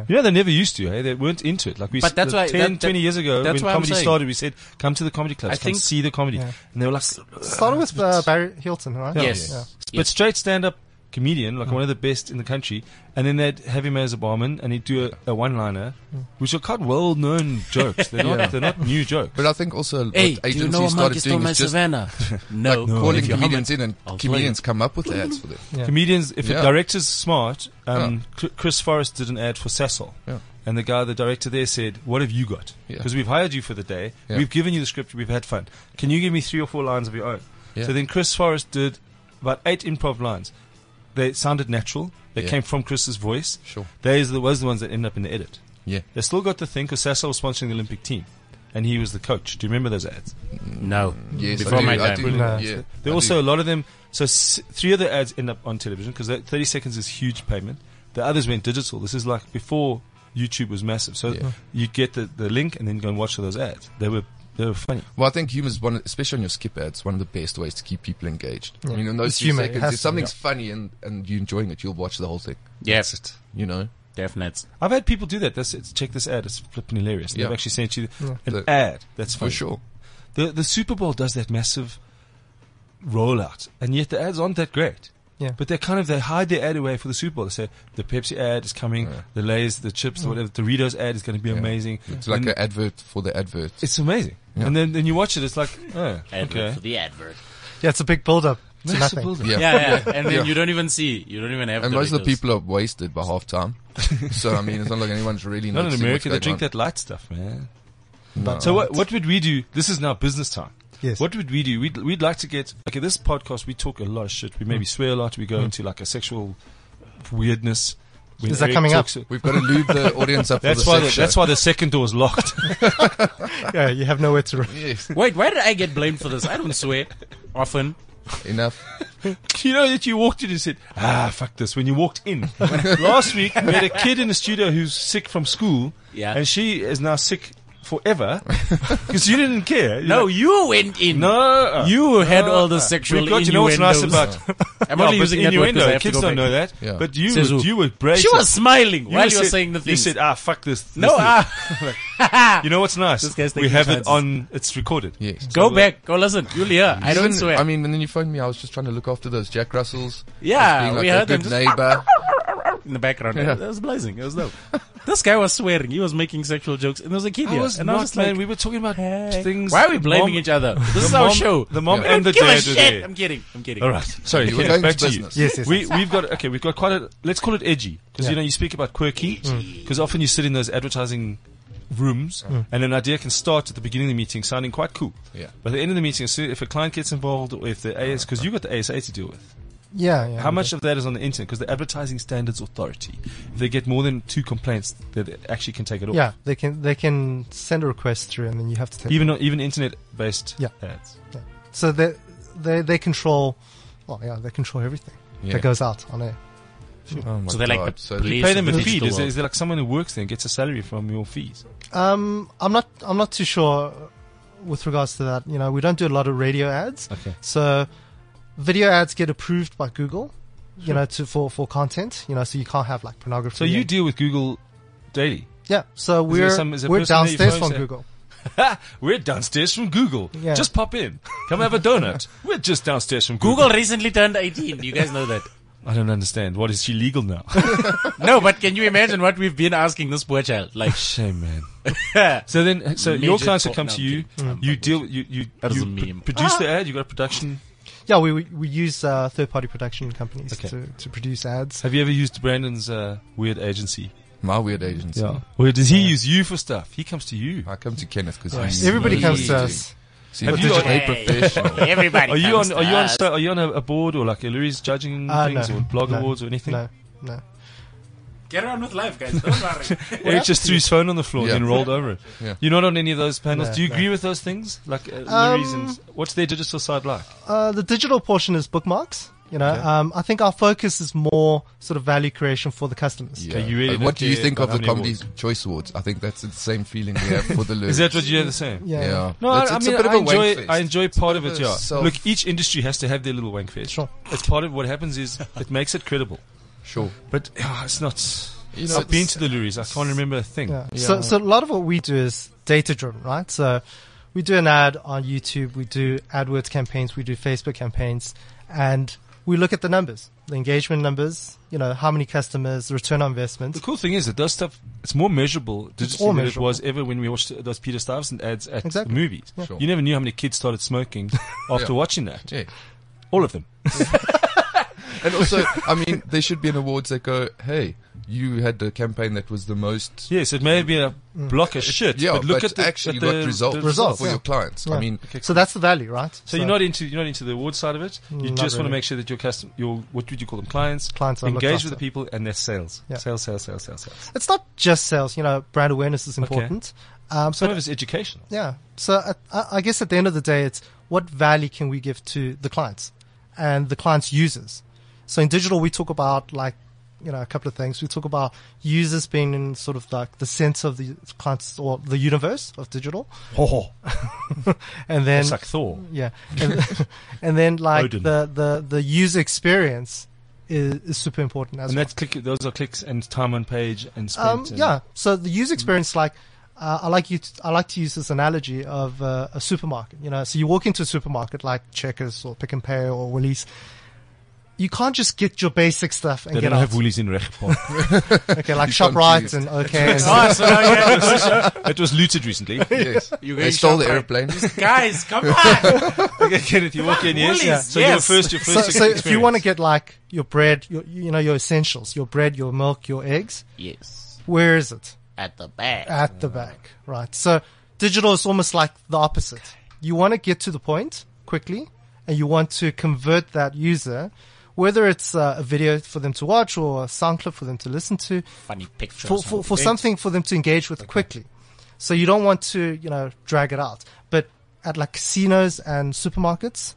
Speaker 3: Yeah, they never used to. Hey? They weren't into it. Like we,
Speaker 2: But
Speaker 3: s-
Speaker 2: that's why-
Speaker 3: 10,
Speaker 2: that-
Speaker 3: 20 years ago,
Speaker 2: that's
Speaker 3: when
Speaker 2: why I'm
Speaker 3: comedy
Speaker 2: saying.
Speaker 3: started, we said, "Come to the comedy clubs,
Speaker 2: I
Speaker 3: come
Speaker 2: think-
Speaker 3: see the comedy."
Speaker 1: Yeah.
Speaker 3: And they were like,
Speaker 1: Started with uh, Barry Hilton, right?
Speaker 2: Yes.
Speaker 1: Yeah.
Speaker 3: "But straight stand-up comedian,
Speaker 2: Mm.
Speaker 3: like one of the best in the country." And then they'd have him as a barman, and he'd do a, a one-liner,
Speaker 2: Mm.
Speaker 3: which are quite well-known jokes. They're not,
Speaker 4: Yeah.
Speaker 3: they're not new jokes.
Speaker 4: But I think also
Speaker 2: Hey,
Speaker 4: what
Speaker 2: do you
Speaker 4: agencies
Speaker 2: know a monkey
Speaker 4: started
Speaker 2: stole
Speaker 4: doing
Speaker 2: my
Speaker 4: is just
Speaker 2: Savannah? no.
Speaker 4: calling
Speaker 2: If you're
Speaker 4: comedians in and
Speaker 2: I'll tell
Speaker 4: comedians come up with the ads for them.
Speaker 1: Yeah.
Speaker 3: Comedians, if
Speaker 4: Yeah.
Speaker 3: the director's smart, um, Chr- Chris Forrest did an ad for Cecil.
Speaker 4: Yeah.
Speaker 3: And the guy, the director there said, What have you got?
Speaker 4: Yeah.
Speaker 3: Because we've hired you for the day,
Speaker 4: Yeah.
Speaker 3: we've given you the script, we've had fun. Can you give me three or four lines of your own?
Speaker 4: Yeah.
Speaker 3: So then Chris Forrest did about eight improv lines. They sounded natural, they
Speaker 4: Yeah.
Speaker 3: came from Chris's voice.
Speaker 4: Sure.
Speaker 3: They is the, was the ones that ended up in the edit.
Speaker 4: Yeah.
Speaker 3: They still got the thing because Cecil was sponsoring the Olympic team. And he was the coach. Do you remember those ads?
Speaker 2: No.
Speaker 4: Yes,
Speaker 2: Before
Speaker 4: I do.
Speaker 2: my
Speaker 4: I
Speaker 2: time.
Speaker 4: do.
Speaker 1: No.
Speaker 4: Yeah,
Speaker 3: There
Speaker 4: I
Speaker 3: also
Speaker 4: do.
Speaker 3: a lot of them. So s- three of the ads end up on television because that 30 seconds is huge payment. The others went digital. This is like before YouTube was massive. So
Speaker 4: Yeah.
Speaker 3: you get the, the link and then go and watch those ads. They were they were funny.
Speaker 4: Well, I think humor is one, especially on your skip ads, one of the best ways to keep people engaged. I mean, in those
Speaker 1: It's
Speaker 4: few
Speaker 1: humor, it
Speaker 4: seconds,
Speaker 1: has
Speaker 4: if
Speaker 1: to,
Speaker 4: something's funny and, and you're enjoying it, you'll watch the whole thing.
Speaker 2: Yes.
Speaker 4: You know,
Speaker 2: Definite.
Speaker 3: I've had people do that. That's it's, check this ad. It's flipping hilarious.
Speaker 4: Yeah.
Speaker 3: They've actually sent you an
Speaker 4: The-
Speaker 3: ad. That's
Speaker 4: for
Speaker 3: funny.
Speaker 4: sure.
Speaker 3: The the Super Bowl does that massive rollout, and yet the ads aren't that great.
Speaker 1: Yeah.
Speaker 3: But they kind of they hide their ad away for the Super Bowl. They say the Pepsi ad is coming,
Speaker 4: Yeah.
Speaker 3: the Lay's, the chips, the whatever. Doritos ad is going to be amazing.
Speaker 4: It's like
Speaker 3: And-
Speaker 4: an advert for the advert.
Speaker 3: It's amazing.
Speaker 4: Yeah.
Speaker 3: And then, then you watch it, it's like, oh,
Speaker 2: Advert
Speaker 3: okay.
Speaker 2: for the advert.
Speaker 1: Yeah, it's a big build up to
Speaker 3: That's a
Speaker 1: nothing.
Speaker 3: builder.
Speaker 4: Yeah.
Speaker 2: Yeah, yeah. And then
Speaker 4: Yeah.
Speaker 2: you don't even see. You don't even have.
Speaker 4: And most of the
Speaker 2: Doritos.
Speaker 4: people are wasted by half time. so, I mean, it's not like anyone's really
Speaker 3: Not in
Speaker 4: noticing
Speaker 3: America, they
Speaker 4: what's
Speaker 3: drink
Speaker 4: going
Speaker 3: that light stuff, man.
Speaker 4: on. No.
Speaker 3: So what, what would we do? This is now business time.
Speaker 1: Yes.
Speaker 3: What would we do? We'd, we'd like to get, okay, this podcast, we talk a lot of shit. We maybe swear a lot. We go into like a sexual weirdness. When
Speaker 1: Is that
Speaker 3: Eric
Speaker 1: coming up?
Speaker 3: talks-
Speaker 4: We've got to lube the audience up
Speaker 3: That's
Speaker 4: for
Speaker 3: why,
Speaker 4: the
Speaker 3: the,
Speaker 4: sex show.
Speaker 3: that's why the second door is locked.
Speaker 1: Yeah, you have nowhere to run.
Speaker 4: Yes.
Speaker 2: Wait, why did I get blamed for this? I don't swear often.
Speaker 4: Enough.
Speaker 3: you know that you walked in and said, ah, fuck this, when you walked in. Last week, we had a kid in the studio who's sick from school,
Speaker 2: Yeah.
Speaker 3: and she is now sick forever because you didn't care. You're
Speaker 2: No,
Speaker 3: like,
Speaker 2: you went in.
Speaker 3: no. uh,
Speaker 2: you had all the
Speaker 3: uh,
Speaker 2: sexual.
Speaker 3: We've got, you know what's nice
Speaker 2: innuendos.
Speaker 3: about
Speaker 2: I'm
Speaker 3: Yeah,
Speaker 2: only
Speaker 3: but
Speaker 2: using that word
Speaker 3: innuendo.
Speaker 2: 'cause I have to
Speaker 3: Kids
Speaker 2: go
Speaker 3: don't
Speaker 2: back.
Speaker 3: know that.
Speaker 4: Yeah.
Speaker 3: But you,
Speaker 2: Says who?
Speaker 3: were, you were brave.
Speaker 2: She was smiling while you were
Speaker 3: said-
Speaker 2: saying the thing.
Speaker 3: You said, ah, fuck this. this,
Speaker 2: no,
Speaker 3: this."
Speaker 2: ah.
Speaker 3: You know what's nice?
Speaker 2: This guy's
Speaker 3: We
Speaker 2: taking
Speaker 3: have it
Speaker 2: chances.
Speaker 3: on, it's recorded.
Speaker 4: Yes.
Speaker 2: go back. Go listen. Julia, I don't
Speaker 4: Even-
Speaker 2: swear.
Speaker 4: I mean, and then you phoned me. I was just trying to look after those Jack Russells.
Speaker 2: Yeah,
Speaker 4: as being like
Speaker 2: Uh, we
Speaker 4: a
Speaker 2: heard them
Speaker 4: good
Speaker 2: just-
Speaker 4: neighbor.
Speaker 2: in the background.
Speaker 4: Yeah.
Speaker 2: It was blazing. It was dope. this guy was swearing. He was making sexual jokes, and there was a kid
Speaker 3: I
Speaker 2: here.
Speaker 3: was
Speaker 2: and
Speaker 3: not,
Speaker 2: I was just
Speaker 3: man.
Speaker 2: like,
Speaker 3: we were talking about
Speaker 2: heck.
Speaker 3: things.
Speaker 2: Why are we
Speaker 3: the
Speaker 2: blaming
Speaker 3: mom-
Speaker 2: each other? This
Speaker 3: The
Speaker 2: is
Speaker 3: mom,
Speaker 2: our show.
Speaker 3: The mom
Speaker 4: Yeah.
Speaker 2: I
Speaker 3: and the
Speaker 2: don't give
Speaker 3: dad
Speaker 2: a
Speaker 3: today.
Speaker 2: shit. I'm kidding. I'm kidding.
Speaker 3: All right. Sorry.
Speaker 4: We're
Speaker 3: yeah,
Speaker 4: going
Speaker 3: back
Speaker 4: to
Speaker 3: to, you.
Speaker 4: business.
Speaker 1: Yes, yes,
Speaker 3: We, we've got, okay, we've got quite a, let's call it edgy. Because, you know, you speak about quirky. Because often you sit in those advertising rooms and an idea can start at the beginning of the meeting sounding quite cool.
Speaker 4: Yeah.
Speaker 3: But at the end of the meeting, so if a client gets involved or if the AS, because you've got the ASA to deal with.
Speaker 1: Yeah, yeah.
Speaker 3: How much of that is on the internet? Because the Advertising Standards Authority, if they get more than two complaints, they they actually can take it off.
Speaker 1: Yeah, they can they can send a request through, and then you have to take.
Speaker 3: Even on- even internet-based
Speaker 1: Yeah.
Speaker 3: ads.
Speaker 1: So they they they control. Well, yeah, they control everything
Speaker 4: Yeah.
Speaker 1: that goes out on air.
Speaker 4: Oh my
Speaker 2: So they're like
Speaker 4: God.
Speaker 2: the
Speaker 4: So they-
Speaker 2: police.
Speaker 3: Pay them
Speaker 2: of
Speaker 3: a
Speaker 2: the
Speaker 3: fee.
Speaker 2: digital
Speaker 3: Is there,
Speaker 2: world.
Speaker 3: is there like someone who works there and gets a salary from your fees?
Speaker 1: Um, I'm not I'm not too sure with regards to that. You know, we don't do a lot of radio ads,
Speaker 3: Okay.
Speaker 1: so video ads get approved by Google. You know, to for for content. You know, so you can't have like pornography.
Speaker 3: So you
Speaker 1: and-
Speaker 3: deal with Google daily.
Speaker 1: Yeah, so we're
Speaker 3: some- is there a
Speaker 1: we're
Speaker 3: person that you
Speaker 1: downstairs
Speaker 3: phone
Speaker 1: from
Speaker 3: say-
Speaker 1: Google.
Speaker 3: Ha! We're downstairs from Google.
Speaker 1: Yeah.
Speaker 3: Just pop in. Come have a donut. We're just downstairs from Google.
Speaker 2: Google recently turned 18. You guys know that.
Speaker 3: I don't understand. What is she legal now?
Speaker 2: No, but can you imagine what we've been asking this poor child? Like,
Speaker 3: Shame, man. Mm. so then, so your
Speaker 2: Midget
Speaker 3: clients that
Speaker 2: pop-
Speaker 3: come
Speaker 2: no,
Speaker 3: to you,
Speaker 2: I'm
Speaker 3: you
Speaker 2: kidding.
Speaker 3: deal, you you,
Speaker 2: That Ah! is
Speaker 3: you
Speaker 2: a meme.
Speaker 3: produce the ad. You got a production.
Speaker 1: Yeah, we we, we use uh, third party production companies
Speaker 3: Okay.
Speaker 1: to to produce ads.
Speaker 3: Have you ever used Brandon's uh, weird agency?
Speaker 4: My weird agency.
Speaker 3: Where does he use you for stuff? He comes to you.
Speaker 4: I come to Kenneth because
Speaker 1: Everybody
Speaker 2: Really?
Speaker 1: comes to us.
Speaker 4: See,
Speaker 3: Have
Speaker 4: but
Speaker 3: you
Speaker 4: there's
Speaker 3: got-
Speaker 4: a professional.
Speaker 2: Hey, everybody.
Speaker 3: Are you
Speaker 2: comes to
Speaker 3: on? Are you on?
Speaker 2: us.
Speaker 3: so- Are you on a, a board or like Louis judging
Speaker 1: Uh,
Speaker 3: things
Speaker 1: no.
Speaker 3: or blog
Speaker 1: No.
Speaker 3: awards or anything?
Speaker 1: No, no.
Speaker 2: Get on with life, guys. Don't worry.
Speaker 3: Eric just threw his phone on the floor
Speaker 4: Yeah.
Speaker 3: and then rolled over it.
Speaker 4: Yeah.
Speaker 3: You're not on any of those panels.
Speaker 1: No,
Speaker 3: Do you
Speaker 1: no.
Speaker 3: agree with those things? Like uh,
Speaker 1: Um,
Speaker 3: Louis and what's their digital side like?
Speaker 1: Uh, the digital portion is bookmarks. You know,
Speaker 3: Okay.
Speaker 1: um, I think our focus is more sort of value creation for the customers.
Speaker 4: Yeah.
Speaker 3: Okay, you really
Speaker 4: Uh, what
Speaker 3: don't
Speaker 4: do you
Speaker 3: care
Speaker 4: think of
Speaker 3: about
Speaker 4: the
Speaker 3: how many
Speaker 4: Comedy Choice Awards? I think that's the same feeling we have for the lyrics.
Speaker 3: Is that what you're the same?
Speaker 1: Yeah.
Speaker 4: Yeah.
Speaker 3: No, I,
Speaker 4: It's-
Speaker 3: I
Speaker 4: it's a
Speaker 3: mean
Speaker 4: bit of
Speaker 3: I
Speaker 4: a wank
Speaker 3: enjoy
Speaker 4: fest.
Speaker 3: I enjoy part of
Speaker 4: bit of
Speaker 3: it.
Speaker 4: a
Speaker 3: Yeah.
Speaker 4: self-
Speaker 3: Look, each industry has to have their little wank fest.
Speaker 1: Sure.
Speaker 3: It's part of what happens is it makes it credible.
Speaker 4: Sure.
Speaker 3: But yeah, it's not.
Speaker 4: You know,
Speaker 3: I've been
Speaker 4: it's-
Speaker 3: to the Louis. I can't remember a thing.
Speaker 1: Yeah.
Speaker 4: Yeah.
Speaker 1: So, so a lot of what we do is data driven, right? So we do an ad on YouTube, we do AdWords campaigns, we do Facebook campaigns, and we look at the numbers, the engagement numbers, you know, how many customers, return on investment.
Speaker 3: The cool thing is that does stuff. It's more measurable digitally
Speaker 1: all
Speaker 3: than it
Speaker 1: measurable.
Speaker 3: was ever when we watched those Peter Stuyvesant ads at
Speaker 1: Exactly.
Speaker 3: the movies.
Speaker 4: Sure.
Speaker 3: You never knew how many kids started smoking after
Speaker 4: Yeah.
Speaker 3: watching that.
Speaker 4: Yeah.
Speaker 3: All of them.
Speaker 4: And also, I mean, there should be an awards that go, hey, you had a campaign that was the most.
Speaker 3: Yes, it may have been a block of shit.
Speaker 4: Yeah,
Speaker 3: but look at the,
Speaker 4: actually
Speaker 3: at
Speaker 4: got
Speaker 3: the-
Speaker 4: results,
Speaker 3: the
Speaker 1: Mm. results,
Speaker 4: for
Speaker 1: yeah.
Speaker 4: your clients. I
Speaker 1: Yeah.
Speaker 4: mean,
Speaker 1: So that's the value, right?
Speaker 3: So you're not into you're not into the award side of it. You
Speaker 1: Not
Speaker 3: just want to
Speaker 1: really.
Speaker 3: make sure that your custom your what would you call them clients
Speaker 1: Clients are looked
Speaker 3: engage with
Speaker 1: after.
Speaker 3: the people and their sales.
Speaker 1: Yeah.
Speaker 3: Sales, sales, sales, sales, sales.
Speaker 1: It's not just sales. You know, brand awareness is important. Um,
Speaker 3: Some
Speaker 1: but-
Speaker 3: of it's educational.
Speaker 1: Yeah. So I- I, I guess at the end of the day, it's what value can we give to the clients and the clients' users. So in digital, we talk about like, you know, a couple of things. We talk about users being in sort of like the sense of the clients or the universe of digital. And then,
Speaker 3: It's like Thor.
Speaker 1: yeah. And, and then like
Speaker 3: Odin.
Speaker 1: the, the, the user experience is, is super important as
Speaker 3: And
Speaker 1: well.
Speaker 3: that's click. Those are clicks and time on page and spent.
Speaker 1: Um,
Speaker 3: and- Mm.
Speaker 1: yeah. So the user experience, like, uh, I like you. T- I like to use this analogy of uh, a supermarket. You know, so you walk into a supermarket like Checkers or Pick and Pay or Woolies. You can't just get your basic stuff and
Speaker 3: They
Speaker 1: get
Speaker 3: don't have
Speaker 1: out.
Speaker 3: woolies in Rechtbank.
Speaker 1: Okay, like
Speaker 4: You can't
Speaker 1: Shoprite
Speaker 4: do
Speaker 1: and OK. And
Speaker 2: oh, so now you have to-
Speaker 3: it was looted recently.
Speaker 4: yes.
Speaker 2: You
Speaker 4: they
Speaker 2: guys
Speaker 4: stole
Speaker 2: shop
Speaker 4: the
Speaker 2: right.
Speaker 4: airplane.
Speaker 2: guys, come on.
Speaker 3: Okay, Kenneth, you walk in, yes?
Speaker 2: Woolies, Yeah.
Speaker 3: So
Speaker 2: yes.
Speaker 3: your first, your
Speaker 1: so,
Speaker 3: first
Speaker 1: so if you
Speaker 3: experience.
Speaker 1: want to get like your bread, your you know your essentials, your bread, your milk, your eggs,
Speaker 2: yes,
Speaker 1: where is it?
Speaker 2: at the back.
Speaker 1: At the back, right? So digital is almost like the opposite. You want to get to the point quickly and you want to convert that user, whether it's uh, a video for them to watch or a sound clip for them to listen to,
Speaker 2: Funny picture.
Speaker 1: for, for, for something for them to engage with quickly. So you don't want to, you know, drag it out. But at like casinos and supermarkets,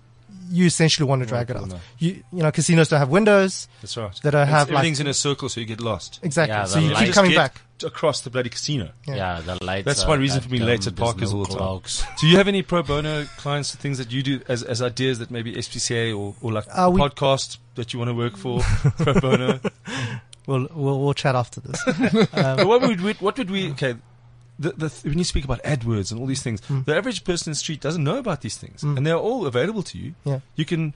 Speaker 1: you essentially want to drag it
Speaker 3: cool,
Speaker 1: out.
Speaker 3: no.
Speaker 1: You, you know, casinos don't have windows.
Speaker 3: That's right.
Speaker 1: that I
Speaker 3: It's-
Speaker 1: have, like-
Speaker 3: Everything's in a circle, so you get lost.
Speaker 1: Exactly.
Speaker 2: Yeah,
Speaker 1: so
Speaker 2: the
Speaker 1: you
Speaker 2: light-
Speaker 1: keep coming
Speaker 3: Just get
Speaker 1: back.
Speaker 3: Across the bloody casino.
Speaker 1: Yeah.
Speaker 2: Yeah, the lights.
Speaker 3: That's
Speaker 2: are
Speaker 3: my reason
Speaker 2: that
Speaker 3: for being
Speaker 2: dumb,
Speaker 3: late at
Speaker 2: there's
Speaker 3: Parkers
Speaker 2: no
Speaker 3: all the time.
Speaker 2: clocks.
Speaker 3: Do you have any pro bono clients, things that you do as, as ideas that maybe SPCA or, or like
Speaker 1: Uh, we-
Speaker 3: podcast that you want to work for, pro bono?
Speaker 1: We'll, we'll, we'll chat after this.
Speaker 3: But what would we, what would we, okay, the, the, when you speak about AdWords and all these things,
Speaker 4: Hmm.
Speaker 3: the average person in the street doesn't know about these things and they're all available to you.
Speaker 1: Yeah.
Speaker 3: You can,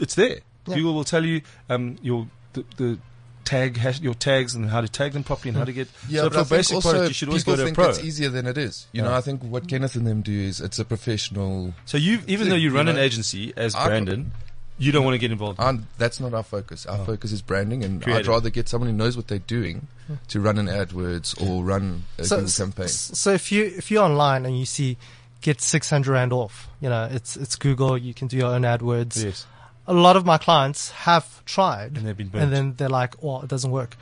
Speaker 3: it's there.
Speaker 1: Yeah.
Speaker 3: Google will tell you um, your, the, the tag hash, your tags and how to tag them properly and how to get.
Speaker 4: Yeah,
Speaker 3: so
Speaker 4: but I
Speaker 3: for
Speaker 4: think
Speaker 3: basic
Speaker 4: also
Speaker 3: product, you should always
Speaker 4: people
Speaker 3: go to a
Speaker 4: think
Speaker 3: pro.
Speaker 4: it's easier than it is. You know, I think what Kenneth and them do is it's a professional.
Speaker 3: So you, even
Speaker 4: Dude,
Speaker 3: though you
Speaker 4: you
Speaker 3: run
Speaker 4: know,
Speaker 3: an agency as
Speaker 4: I-
Speaker 3: Brandon, you don't want to get involved.
Speaker 4: And that's not our focus. Our focus is branding, and
Speaker 3: Oh. Creative. Hmm.
Speaker 4: I'd rather get someone who knows what they're doing to run an AdWords or run a Google campaign.
Speaker 1: So if you if you're online and you see get 600 rand off, you know it's it's Google. You can do your own AdWords.
Speaker 3: yes.
Speaker 1: A lot of my clients have tried,
Speaker 3: And they've been burnt. Ah.
Speaker 1: and then they're like, "Oh, it doesn't work,"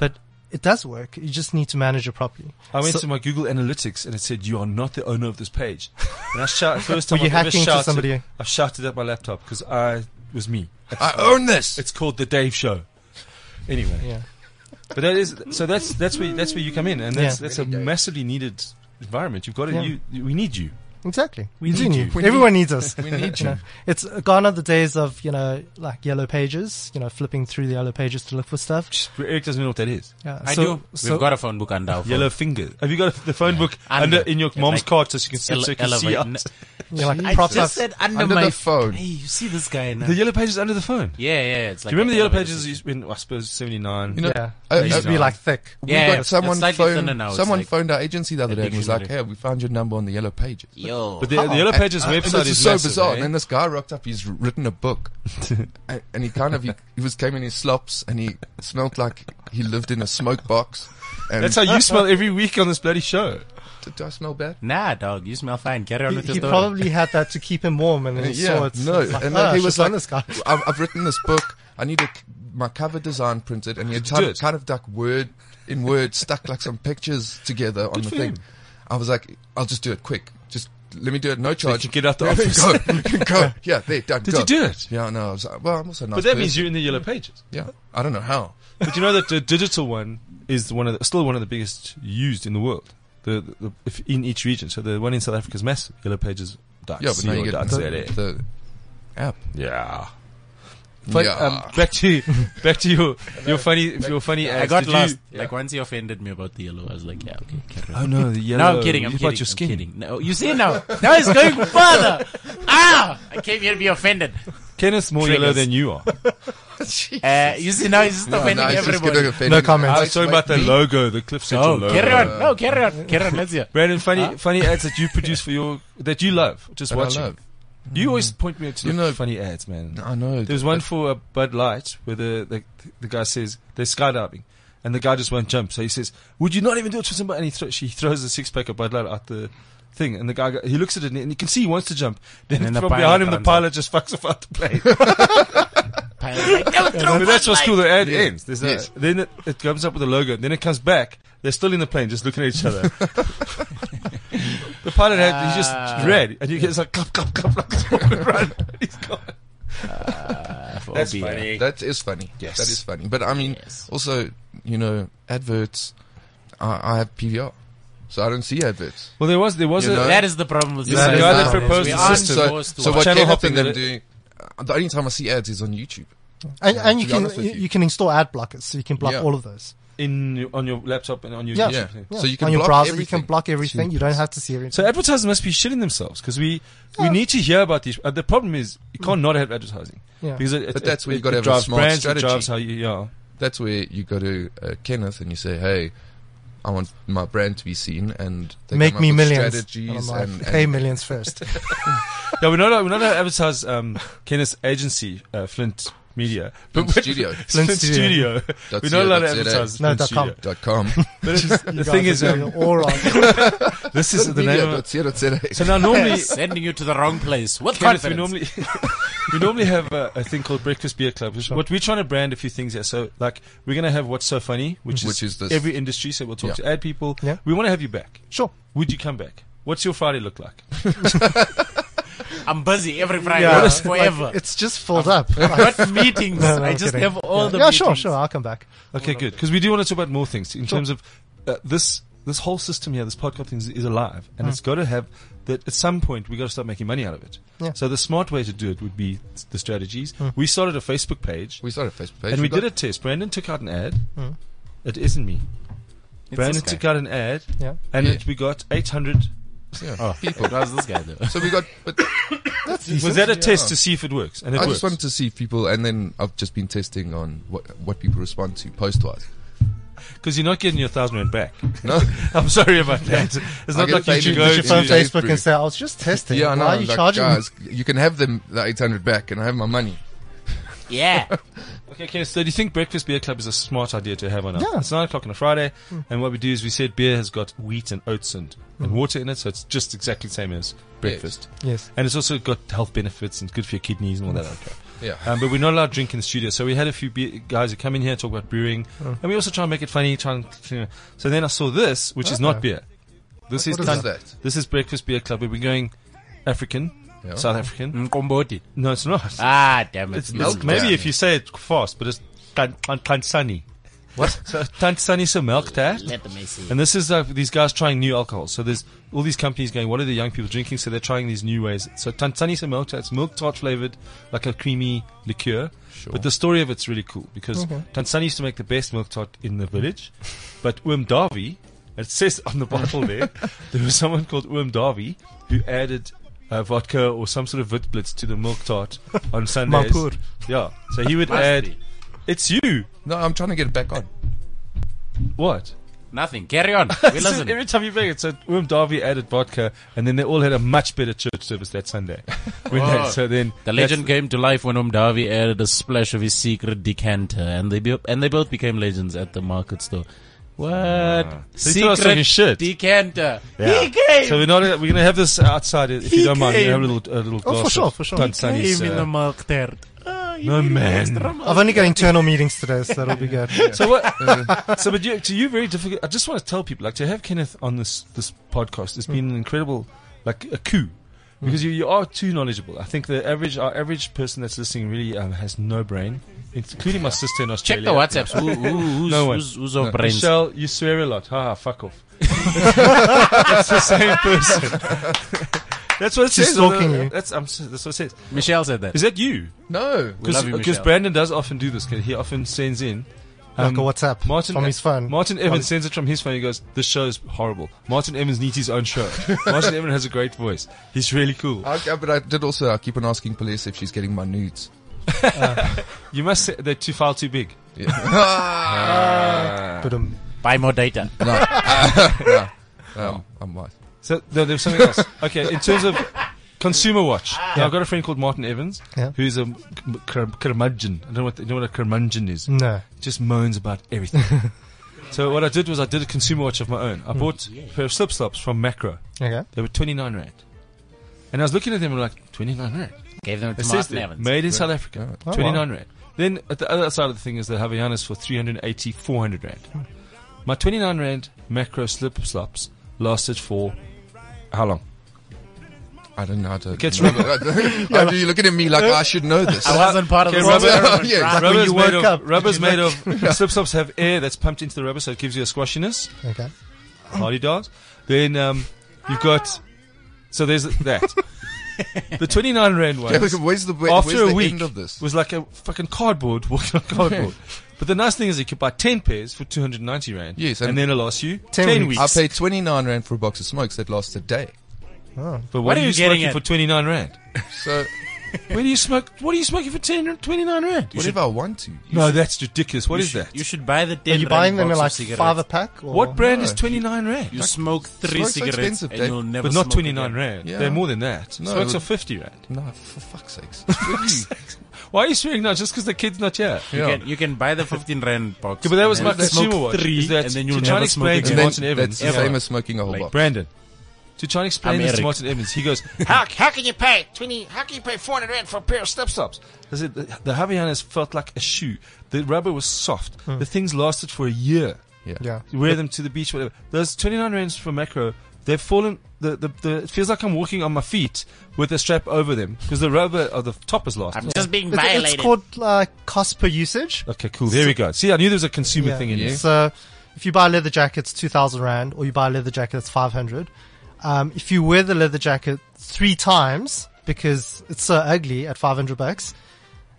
Speaker 1: but it does work. You just need to manage it properly.
Speaker 3: I went
Speaker 1: So-
Speaker 3: to my Google Analytics and it said, "You are not the owner of this page." And I shout first time
Speaker 1: Were you
Speaker 3: I've ever
Speaker 1: hacking into
Speaker 3: shouted.
Speaker 1: somebody?
Speaker 3: I shouted at my laptop because I it was me.
Speaker 4: I own this.
Speaker 3: It's called the Dave Show. Anyway,
Speaker 1: yeah.
Speaker 3: but that is so that's that's where that's where you come in, and that's
Speaker 1: Yeah.
Speaker 3: that's a massively needed environment. You've got to
Speaker 1: Yeah.
Speaker 3: you we need you.
Speaker 1: Exactly.
Speaker 3: We
Speaker 1: do
Speaker 3: need
Speaker 1: need-
Speaker 3: you.
Speaker 4: We
Speaker 1: Everyone needs us.
Speaker 4: We need
Speaker 1: know, it's gone are the days of you know like yellow pages. You know, flipping through the yellow pages to look for stuff.
Speaker 3: Eric doesn't know what that is.
Speaker 1: Yeah.
Speaker 2: I
Speaker 1: so,
Speaker 2: do.
Speaker 1: So
Speaker 2: We've got a phone book under our phone.
Speaker 3: Yellow finger. Have you got the phone book
Speaker 2: Under.
Speaker 3: under in your
Speaker 2: It's
Speaker 3: mom's
Speaker 2: like-
Speaker 3: cart so she can,
Speaker 2: Ele-
Speaker 3: so you can see
Speaker 2: elevate-
Speaker 3: out?
Speaker 2: n-
Speaker 1: you know, like
Speaker 4: Jesus.
Speaker 1: props
Speaker 2: Just
Speaker 1: up.
Speaker 2: said under,
Speaker 4: Under
Speaker 2: my
Speaker 4: the phone.
Speaker 2: Hey, you see this guy now?
Speaker 3: The yellow pages under the phone.
Speaker 2: yeah, yeah. It's like
Speaker 3: Do you remember the yellow
Speaker 2: elevator
Speaker 3: pages
Speaker 2: system.
Speaker 3: is when I suppose seventy nine?
Speaker 4: You know,
Speaker 1: Yeah.
Speaker 4: I-
Speaker 1: it used to
Speaker 4: I-
Speaker 1: be like thick.
Speaker 4: we
Speaker 2: Yeah,
Speaker 4: got
Speaker 2: it's-
Speaker 4: someone
Speaker 2: it's slightly thinner
Speaker 4: phoned,
Speaker 2: now, it's
Speaker 4: someone
Speaker 2: like
Speaker 4: phoned our agency the other day and was like,
Speaker 2: dictionary.
Speaker 4: "Hey, we found your number on the yellow pages."
Speaker 2: Yo.
Speaker 3: But the, the yellow pages
Speaker 4: And- and
Speaker 3: website
Speaker 4: this
Speaker 3: is
Speaker 4: so
Speaker 3: massive,
Speaker 4: bizarre.
Speaker 3: eh?
Speaker 4: And then this guy rocked up. He's written a book, and, and he kind of he, he was came in his slops, and he smelt like he lived in a smoke box. And
Speaker 3: That's how you smell every week on this bloody show.
Speaker 4: did, did I smell bad?
Speaker 2: nah, dog. You smell fine. Carry on
Speaker 1: He,
Speaker 2: with your
Speaker 1: he
Speaker 2: story.
Speaker 1: probably had that to keep him warm, and then he
Speaker 4: Uh, yeah,
Speaker 1: saw it.
Speaker 4: no.
Speaker 1: it's like,
Speaker 4: and
Speaker 1: "Ah,
Speaker 4: then he
Speaker 1: shit's
Speaker 4: was
Speaker 1: on
Speaker 4: like,
Speaker 1: this guy.
Speaker 4: I've, "I've written this book. I need a, my cover design printed," and he had kind,
Speaker 3: Dude.
Speaker 4: kind of duck word in word stuck like some pictures together on the
Speaker 3: for
Speaker 4: thing.
Speaker 3: him.
Speaker 4: I was like, "I'll just do it quick. Just let me do it. No charge.
Speaker 3: can get out the
Speaker 4: There we
Speaker 3: office.
Speaker 4: Go, You can go. Yeah, there, done.
Speaker 3: Did
Speaker 4: go.
Speaker 3: you do it?
Speaker 4: Yeah, no. I was like, well, I'm also a nice
Speaker 3: But that
Speaker 4: person.
Speaker 3: means you're in the yellow pages.
Speaker 4: Yeah, I don't know how.
Speaker 3: But you know that the digital one is the one of the, still one of the biggest used in the world. The, the, the if in each region. So the one in South Africa is massive. Yellow pages. dot
Speaker 4: Yeah, but now
Speaker 3: co
Speaker 4: you get
Speaker 3: dot
Speaker 4: the,
Speaker 3: za.
Speaker 4: the app.
Speaker 3: Yeah. But,
Speaker 4: Yeah.
Speaker 3: Um, back to back to your your funny your funny.
Speaker 2: I
Speaker 3: ads.
Speaker 2: got
Speaker 3: Did you-
Speaker 2: lost. Like once he offended me about the yellow, I was like, yeah, okay, carry on.
Speaker 3: Oh no, the yellow.
Speaker 2: no, I'm kidding. I'm
Speaker 3: it's
Speaker 2: kidding.
Speaker 3: About your skin.
Speaker 2: I'm kidding. No, you see now. Now he's going further. Ah! I came here to be offended.
Speaker 3: Kenneth's more yellow
Speaker 2: Triggers.
Speaker 3: than you are.
Speaker 2: Uh, you see now he's just offending
Speaker 4: No, it's just
Speaker 2: everybody.
Speaker 4: gonna offend
Speaker 1: No
Speaker 4: you.
Speaker 1: comments.
Speaker 3: I
Speaker 1: I
Speaker 3: was talking about the logo, the Cliff Central
Speaker 2: oh,
Speaker 3: logo.
Speaker 2: carry on. No, carry on. Carry on. Let's hear.
Speaker 3: Brandon, funny funny ads that you produce for your that you love. Just
Speaker 4: That I
Speaker 3: watching.
Speaker 4: love.
Speaker 3: You always point me to
Speaker 4: You
Speaker 3: the
Speaker 4: know-
Speaker 3: funny ads, man.
Speaker 4: I know.
Speaker 3: There's one for uh, Bud Light where the, the the guy says they're skydiving, and the guy just won't jump. So he says, "Would you not even do it for somebody?" And he thro- she throws a six pack of Bud Light out the thing, and the guy go- he looks at it and you can see he wants to jump. Then,
Speaker 2: then the
Speaker 3: from
Speaker 2: pilot
Speaker 3: behind him, the
Speaker 2: runs
Speaker 3: pilot just fucks off out the plane.
Speaker 2: Pilot, like, "Don't throw
Speaker 3: but that's what's
Speaker 2: Bud
Speaker 3: cool. The ad
Speaker 4: Yeah.
Speaker 3: ends. There's a-
Speaker 4: Yes.
Speaker 3: Then it, it comes up with a logo. Then it comes back. They're still in the plane, just looking at each other. the pilot had he
Speaker 2: Ah.
Speaker 3: just red, and you get like clap, clap, clap, like he's walking around. He's gone.
Speaker 2: Light." For
Speaker 3: That's
Speaker 2: OB, yeah.
Speaker 3: funny.
Speaker 4: That is funny.
Speaker 3: Yes.
Speaker 4: That is funny. But I mean,
Speaker 2: Yes.
Speaker 4: also, you know, adverts, I, I have PVR. So I don't see adverts.
Speaker 3: Well, there was there was
Speaker 4: You
Speaker 3: a
Speaker 4: know,
Speaker 2: That is the problem with
Speaker 3: You
Speaker 2: this
Speaker 3: see, the guy that
Speaker 2: business.
Speaker 3: proposed
Speaker 2: We
Speaker 3: the
Speaker 2: aren't
Speaker 3: system.
Speaker 4: So,
Speaker 2: forced to
Speaker 4: so
Speaker 2: watch.
Speaker 4: what
Speaker 3: Channel
Speaker 4: Kenneth
Speaker 3: hopping
Speaker 4: and them
Speaker 3: that-
Speaker 4: do, the only time I see ads is on YouTube.
Speaker 1: And, and
Speaker 4: to
Speaker 1: you
Speaker 4: be
Speaker 1: can
Speaker 4: honest with
Speaker 1: you,
Speaker 4: you.
Speaker 1: you can install ad blockers, so you can block
Speaker 4: Yeah.
Speaker 1: all of those.
Speaker 3: in on your laptop and on your
Speaker 1: Yeah.
Speaker 3: YouTube.
Speaker 4: Yeah.
Speaker 3: thing.
Speaker 1: Yeah.
Speaker 4: So you can
Speaker 1: on your
Speaker 4: block
Speaker 1: browser, you
Speaker 4: everything.
Speaker 1: can block everything. You don't have to see everything.
Speaker 3: So advertisers must be shitting themselves because we we need to hear about these. Uh, the problem is you can't not have advertising
Speaker 1: Yeah.
Speaker 3: because it, it,
Speaker 4: But that's
Speaker 3: it,
Speaker 4: where you
Speaker 3: it,
Speaker 4: gotta
Speaker 3: it
Speaker 4: have a
Speaker 3: drives
Speaker 4: smart
Speaker 3: brands,
Speaker 4: strategy.
Speaker 3: it drives how you yeah.
Speaker 4: That's where you go to uh, Kenneth and you say, hey, I want my brand to be seen and they
Speaker 1: Make
Speaker 4: come up
Speaker 1: me
Speaker 4: with
Speaker 1: millions. And I'm
Speaker 4: strategies
Speaker 1: like,
Speaker 4: and, and
Speaker 1: pay millions first.
Speaker 3: Yeah, we're not we're not at advertise um, Kenneth's agency, uh, Flint Media,
Speaker 4: Flint
Speaker 3: when-
Speaker 4: Studio.
Speaker 3: Flint
Speaker 1: Flint
Speaker 3: Studio.
Speaker 4: That's
Speaker 3: we're not
Speaker 4: it,
Speaker 3: allowed to
Speaker 4: that's it, eh?
Speaker 3: advertise
Speaker 1: No,
Speaker 3: Flint
Speaker 1: dot com.
Speaker 3: Studio.
Speaker 4: dot com.
Speaker 3: But it's, the
Speaker 1: You guys
Speaker 3: thing
Speaker 1: are
Speaker 3: is,
Speaker 1: doing
Speaker 3: um,
Speaker 1: it all wrong.
Speaker 3: this is the name. Of, so now normally,
Speaker 2: Sending you to the wrong place. What
Speaker 3: Kenneth, we
Speaker 2: confidence?
Speaker 3: normally we normally have a, a thing called Breakfast Beer Club. Which, What we're trying to brand a few things here. So like we're gonna have what's so funny, which is,
Speaker 4: Which is this.
Speaker 3: every industry. So we'll talk
Speaker 4: Yeah.
Speaker 3: to ad people.
Speaker 1: Yeah.
Speaker 3: We want to have you back.
Speaker 1: Sure.
Speaker 3: Would you come back? What's your Friday look like?
Speaker 2: I'm busy every Friday
Speaker 1: Like,
Speaker 2: forever.
Speaker 1: it's just filled up. Like,
Speaker 2: what meetings?
Speaker 1: no, no,
Speaker 2: I
Speaker 1: I'm
Speaker 2: just
Speaker 1: kidding.
Speaker 2: have all
Speaker 1: yeah.
Speaker 2: the
Speaker 1: Yeah,
Speaker 2: meetings.
Speaker 1: sure, sure. I'll come back.
Speaker 3: Okay, good. Because we do want to talk about more things in terms of uh, this. This whole system here, this podcast thing is, is alive, and it's got to have that. At some point, we got to start making money out of it.
Speaker 1: Yeah.
Speaker 3: So the smart way to do it would be the strategies. We started a Facebook page,
Speaker 4: We started a Facebook page.
Speaker 3: and we
Speaker 4: got-
Speaker 3: did a test. Brandon took out an ad. It isn't me.
Speaker 2: It's
Speaker 3: Brandon
Speaker 2: this guy.
Speaker 3: took out an ad,
Speaker 1: Yeah.
Speaker 3: and
Speaker 4: Yeah.
Speaker 3: it, we got 800
Speaker 4: shops. Yeah,
Speaker 2: Oh,
Speaker 4: people.
Speaker 2: it was this guy though.
Speaker 4: So we got, but
Speaker 3: Was that a test to see if it works? And it
Speaker 4: I
Speaker 3: works.
Speaker 4: just wanted to see people, and then I've just been testing on what what people respond to post wise.
Speaker 3: Because you're not getting your thousand rand back.
Speaker 4: No,
Speaker 3: I'm sorry about that. It's not
Speaker 4: get
Speaker 3: like you
Speaker 4: paid
Speaker 3: should
Speaker 4: in
Speaker 3: go
Speaker 4: digital
Speaker 1: From
Speaker 4: It
Speaker 3: to.
Speaker 4: is funds.
Speaker 1: Facebook
Speaker 4: pretty-
Speaker 1: and say, I was just testing.
Speaker 4: yeah, I know.
Speaker 1: Why are you
Speaker 4: like,
Speaker 1: charging me?
Speaker 4: guys, you can have them the eight hundred back, and I have my money.
Speaker 2: Yeah.
Speaker 3: Okay, Kenneth, so do you think Breakfast Beer Club is a smart idea to have on a
Speaker 1: Yeah.
Speaker 3: It's 9 o'clock on a Friday,
Speaker 4: Hmm.
Speaker 3: and what we do is we said beer has got wheat and oats and, and water in it, so it's just exactly the same as breakfast.
Speaker 1: Yes.
Speaker 3: And it's also got health benefits and good for your kidneys and all that
Speaker 4: Mm.
Speaker 3: other crap.
Speaker 4: Yeah.
Speaker 3: Um, but we're not allowed to drink in the studio. So we had a few be- guys who come in here talk about brewing,
Speaker 4: Hmm.
Speaker 3: and we also try and make it funny. Try and you know. so then I saw this, which is not
Speaker 1: Okay.
Speaker 3: beer. This
Speaker 4: What is
Speaker 3: kind-
Speaker 4: that?
Speaker 3: This is breakfast beer club. Where we're going African,
Speaker 4: Yeah.
Speaker 3: South African.
Speaker 2: Mkomboti.
Speaker 3: No, it's not.
Speaker 2: Ah, damn it.
Speaker 3: It's,
Speaker 4: milk
Speaker 3: it's- maybe
Speaker 4: tea.
Speaker 3: if you say it fast, but it's tan- tan- Tanzani.
Speaker 4: What?
Speaker 3: So Tanzani is a milk tart.
Speaker 2: Let me see.
Speaker 3: And this is uh, these guys trying new alcohols. So there's all these companies going, what are the young people drinking? So they're trying these new ways. So Tanzani's a milk tart. It's milk tart flavored, like a creamy liqueur.
Speaker 4: Sure.
Speaker 3: But the story of it's really cool because Tanzani used to make the best milk tart in the village. But Uam Davi, it says on the bottle there, there was someone called Uam Davi who added uh, vodka or some sort of Witblitz to the milk tart on Sundays.
Speaker 1: Mampur.
Speaker 3: Yeah. So he would
Speaker 2: Must
Speaker 3: add,
Speaker 2: be.
Speaker 3: it's you.
Speaker 4: No, I'm trying to get it back on.
Speaker 3: What?
Speaker 2: Nothing. Carry on. We
Speaker 3: So
Speaker 2: listen.
Speaker 3: every time you make it, so William Darby added vodka, and then they all had a much better church service that Sunday. When they-
Speaker 2: Oh.
Speaker 3: so then
Speaker 2: The legend came to life when Umdavi added a splash of his secret decanter, and they be- and they both became legends at the market store. What
Speaker 3: So you thought I was talking shit.
Speaker 2: decanter?
Speaker 3: Yeah.
Speaker 2: He came.
Speaker 3: that's- So we're not. We're gonna have this outside if you
Speaker 2: He
Speaker 3: don't mind. We
Speaker 2: came.
Speaker 3: have a little, a little.
Speaker 1: Oh, for
Speaker 3: glass
Speaker 1: sure,
Speaker 3: of
Speaker 1: for sure.
Speaker 3: Tanzani's,
Speaker 2: Came in
Speaker 3: uh,
Speaker 2: the milk tart. Oh, you
Speaker 3: No,
Speaker 2: need an
Speaker 3: man.
Speaker 2: extra milk.
Speaker 1: I've only got internal meetings today, so that'll be good.
Speaker 3: So what? so, but you, to you, very difficult. I just want to tell people, like, to have Kenneth on this this podcast
Speaker 1: Hmm.
Speaker 3: has been an incredible, like, a coup, because you you are too knowledgeable. I think the average our average person that's listening really um, has no brain, including my sister in
Speaker 2: Check
Speaker 3: Australia.
Speaker 2: the WhatsApps. Who, who, who's,
Speaker 3: No one.
Speaker 2: who's, who's of brains?
Speaker 3: Michelle, you swear a lot. Ha, ha fuck off. it's the same person. that's what it
Speaker 1: She's
Speaker 3: says. on the-
Speaker 1: stalking you.
Speaker 3: That's, I'm, s- that's what it says.
Speaker 2: Michelle said that.
Speaker 3: Is that you?
Speaker 4: No,
Speaker 2: We love you,
Speaker 3: Because
Speaker 2: Michelle.
Speaker 3: Brandon does often do this. 'cause He often sends in.
Speaker 1: Like
Speaker 3: um,
Speaker 1: a WhatsApp
Speaker 3: Martin E-
Speaker 1: from his phone.
Speaker 3: Martin Evans sends it from his phone. He goes, "This show is horrible." Martin Evans needs his own show. Martin Evans has a great voice. He's really cool.
Speaker 4: okay, but I did also. I keep on asking police if she's getting my nudes.
Speaker 3: You must say they're too far too big.
Speaker 4: Yeah.
Speaker 1: But, um,
Speaker 2: Buy more data.
Speaker 4: um, I'm white.
Speaker 3: So no, there was something else. Okay, in terms of consumer watch, now, I've got a friend called Martin Evans,
Speaker 1: Yeah.
Speaker 3: who's a m- cur- curmudgeon. I don't know what you know what a curmudgeon is.
Speaker 1: no.
Speaker 3: Just moans about everything. so what I did was I did a consumer watch of my own. I bought a pair of slip slops from Macro.
Speaker 1: Okay.
Speaker 3: They were twenty nine rand, and I was looking at them and I'm like twenty nine rand.
Speaker 2: Gave them
Speaker 3: It
Speaker 2: to
Speaker 3: says
Speaker 2: Martin
Speaker 3: there,
Speaker 2: Evans.
Speaker 3: made in South Africa,
Speaker 1: Oh, wow.
Speaker 3: 29 rand. Then at the other side of the thing is the Havanas for 380, 400 rand. My 29 rand macro slip slops lasted for how long?
Speaker 4: I don't know how to.
Speaker 3: Gets
Speaker 4: no, but I- How do you looking at me like I should know this?
Speaker 2: I wasn't part of
Speaker 3: Okay,
Speaker 2: the
Speaker 3: Robert-
Speaker 2: experiment,
Speaker 4: Yeah,
Speaker 2: right?
Speaker 4: exactly.
Speaker 1: when
Speaker 3: Rubber's
Speaker 1: you
Speaker 3: made
Speaker 1: woke
Speaker 3: of,
Speaker 1: up,
Speaker 3: rubber's
Speaker 1: did you
Speaker 3: made of slip slops have air that's pumped into the rubber, so it gives you a squashiness.
Speaker 1: Okay.
Speaker 3: Hardy does. Then um, you've got so there's that. the 29 rand one.
Speaker 4: Yeah, look, where's the where,
Speaker 3: after
Speaker 4: where's
Speaker 3: a
Speaker 4: the
Speaker 3: week
Speaker 4: end of this?
Speaker 3: was like a fucking cardboard walking on cardboard. but the nice thing is you could buy ten pairs for two hundred ninety rand.
Speaker 4: Yes,
Speaker 3: and,
Speaker 4: and-
Speaker 3: then it'll last you
Speaker 1: 10
Speaker 3: ten,
Speaker 1: weeks.
Speaker 3: weeks.
Speaker 4: I paid 29 rand for a box of smokes that lasts a day.
Speaker 3: But what,
Speaker 2: What
Speaker 3: are
Speaker 2: are
Speaker 3: you,
Speaker 2: you getting
Speaker 3: smoking
Speaker 2: at?
Speaker 3: for twenty nine rand?
Speaker 4: So
Speaker 3: Where do you smoke? What are you smoking for 10, or 29 rand? What
Speaker 4: whatever I want to.
Speaker 3: if- no, that's ridiculous. What
Speaker 2: You
Speaker 3: is
Speaker 2: should-
Speaker 3: that?
Speaker 2: You should buy the 10
Speaker 1: Are you buying them in
Speaker 2: rand
Speaker 1: like
Speaker 2: box of
Speaker 1: five a
Speaker 2: cigarettes.
Speaker 1: pack? Or?
Speaker 3: what brand is
Speaker 4: No.
Speaker 3: twenty nine rand?
Speaker 2: You smoke three
Speaker 4: Smokes are
Speaker 2: cigates
Speaker 4: expensive,
Speaker 2: and
Speaker 4: Dave.
Speaker 2: you'll never
Speaker 3: but not
Speaker 2: smoke
Speaker 3: twenty nine
Speaker 2: again.
Speaker 3: rand.
Speaker 4: Yeah.
Speaker 3: They're more than that. Smokes
Speaker 4: No, it
Speaker 3: are
Speaker 4: would-
Speaker 3: fifty rand.
Speaker 4: No, for fuck's sakes.
Speaker 3: Why are you swearing now? Just because the kid's not here?
Speaker 2: You,
Speaker 4: Yeah.
Speaker 2: can, you can buy the 15 rand box.
Speaker 3: Okay, but that was
Speaker 2: and
Speaker 3: my
Speaker 2: then
Speaker 3: consumer
Speaker 2: smoke
Speaker 3: watch.
Speaker 2: three,
Speaker 3: is that
Speaker 2: and then you'll
Speaker 3: to try and
Speaker 2: never smoke
Speaker 3: explain to
Speaker 2: again.
Speaker 4: And
Speaker 3: Martin
Speaker 4: then
Speaker 3: Evans.
Speaker 4: that's the same as smoking a whole
Speaker 2: Like
Speaker 4: box.
Speaker 3: Brandon. To try and explain
Speaker 2: I'm
Speaker 3: this to
Speaker 2: Eric.
Speaker 3: Martin Evans, he goes,
Speaker 5: How, how can you pay twenty? How can you pay four hundred rand for a pair of slip stops?
Speaker 3: I said, the, the Havaianas felt like a shoe. The rubber was soft. The things lasted for a year.
Speaker 4: Yeah.
Speaker 1: Yeah.
Speaker 3: You wear them to the beach, whatever. Those 29 rands from Macro, they've fallen. The, the, the, it feels like I'm walking on my feet with a strap over them because the rubber of the top is lost.
Speaker 2: I'm just being
Speaker 1: It's, it's
Speaker 2: violated.
Speaker 1: called uh, cost per usage.
Speaker 3: okay, cool. There we go. See, I knew there was a consumer thing in here.
Speaker 1: So if you buy a leather jacket, it's 2,000 Rand, or you buy a leather jacket, it's 500. Um, if you wear the leather jacket three times because it's so ugly at 500 bucks,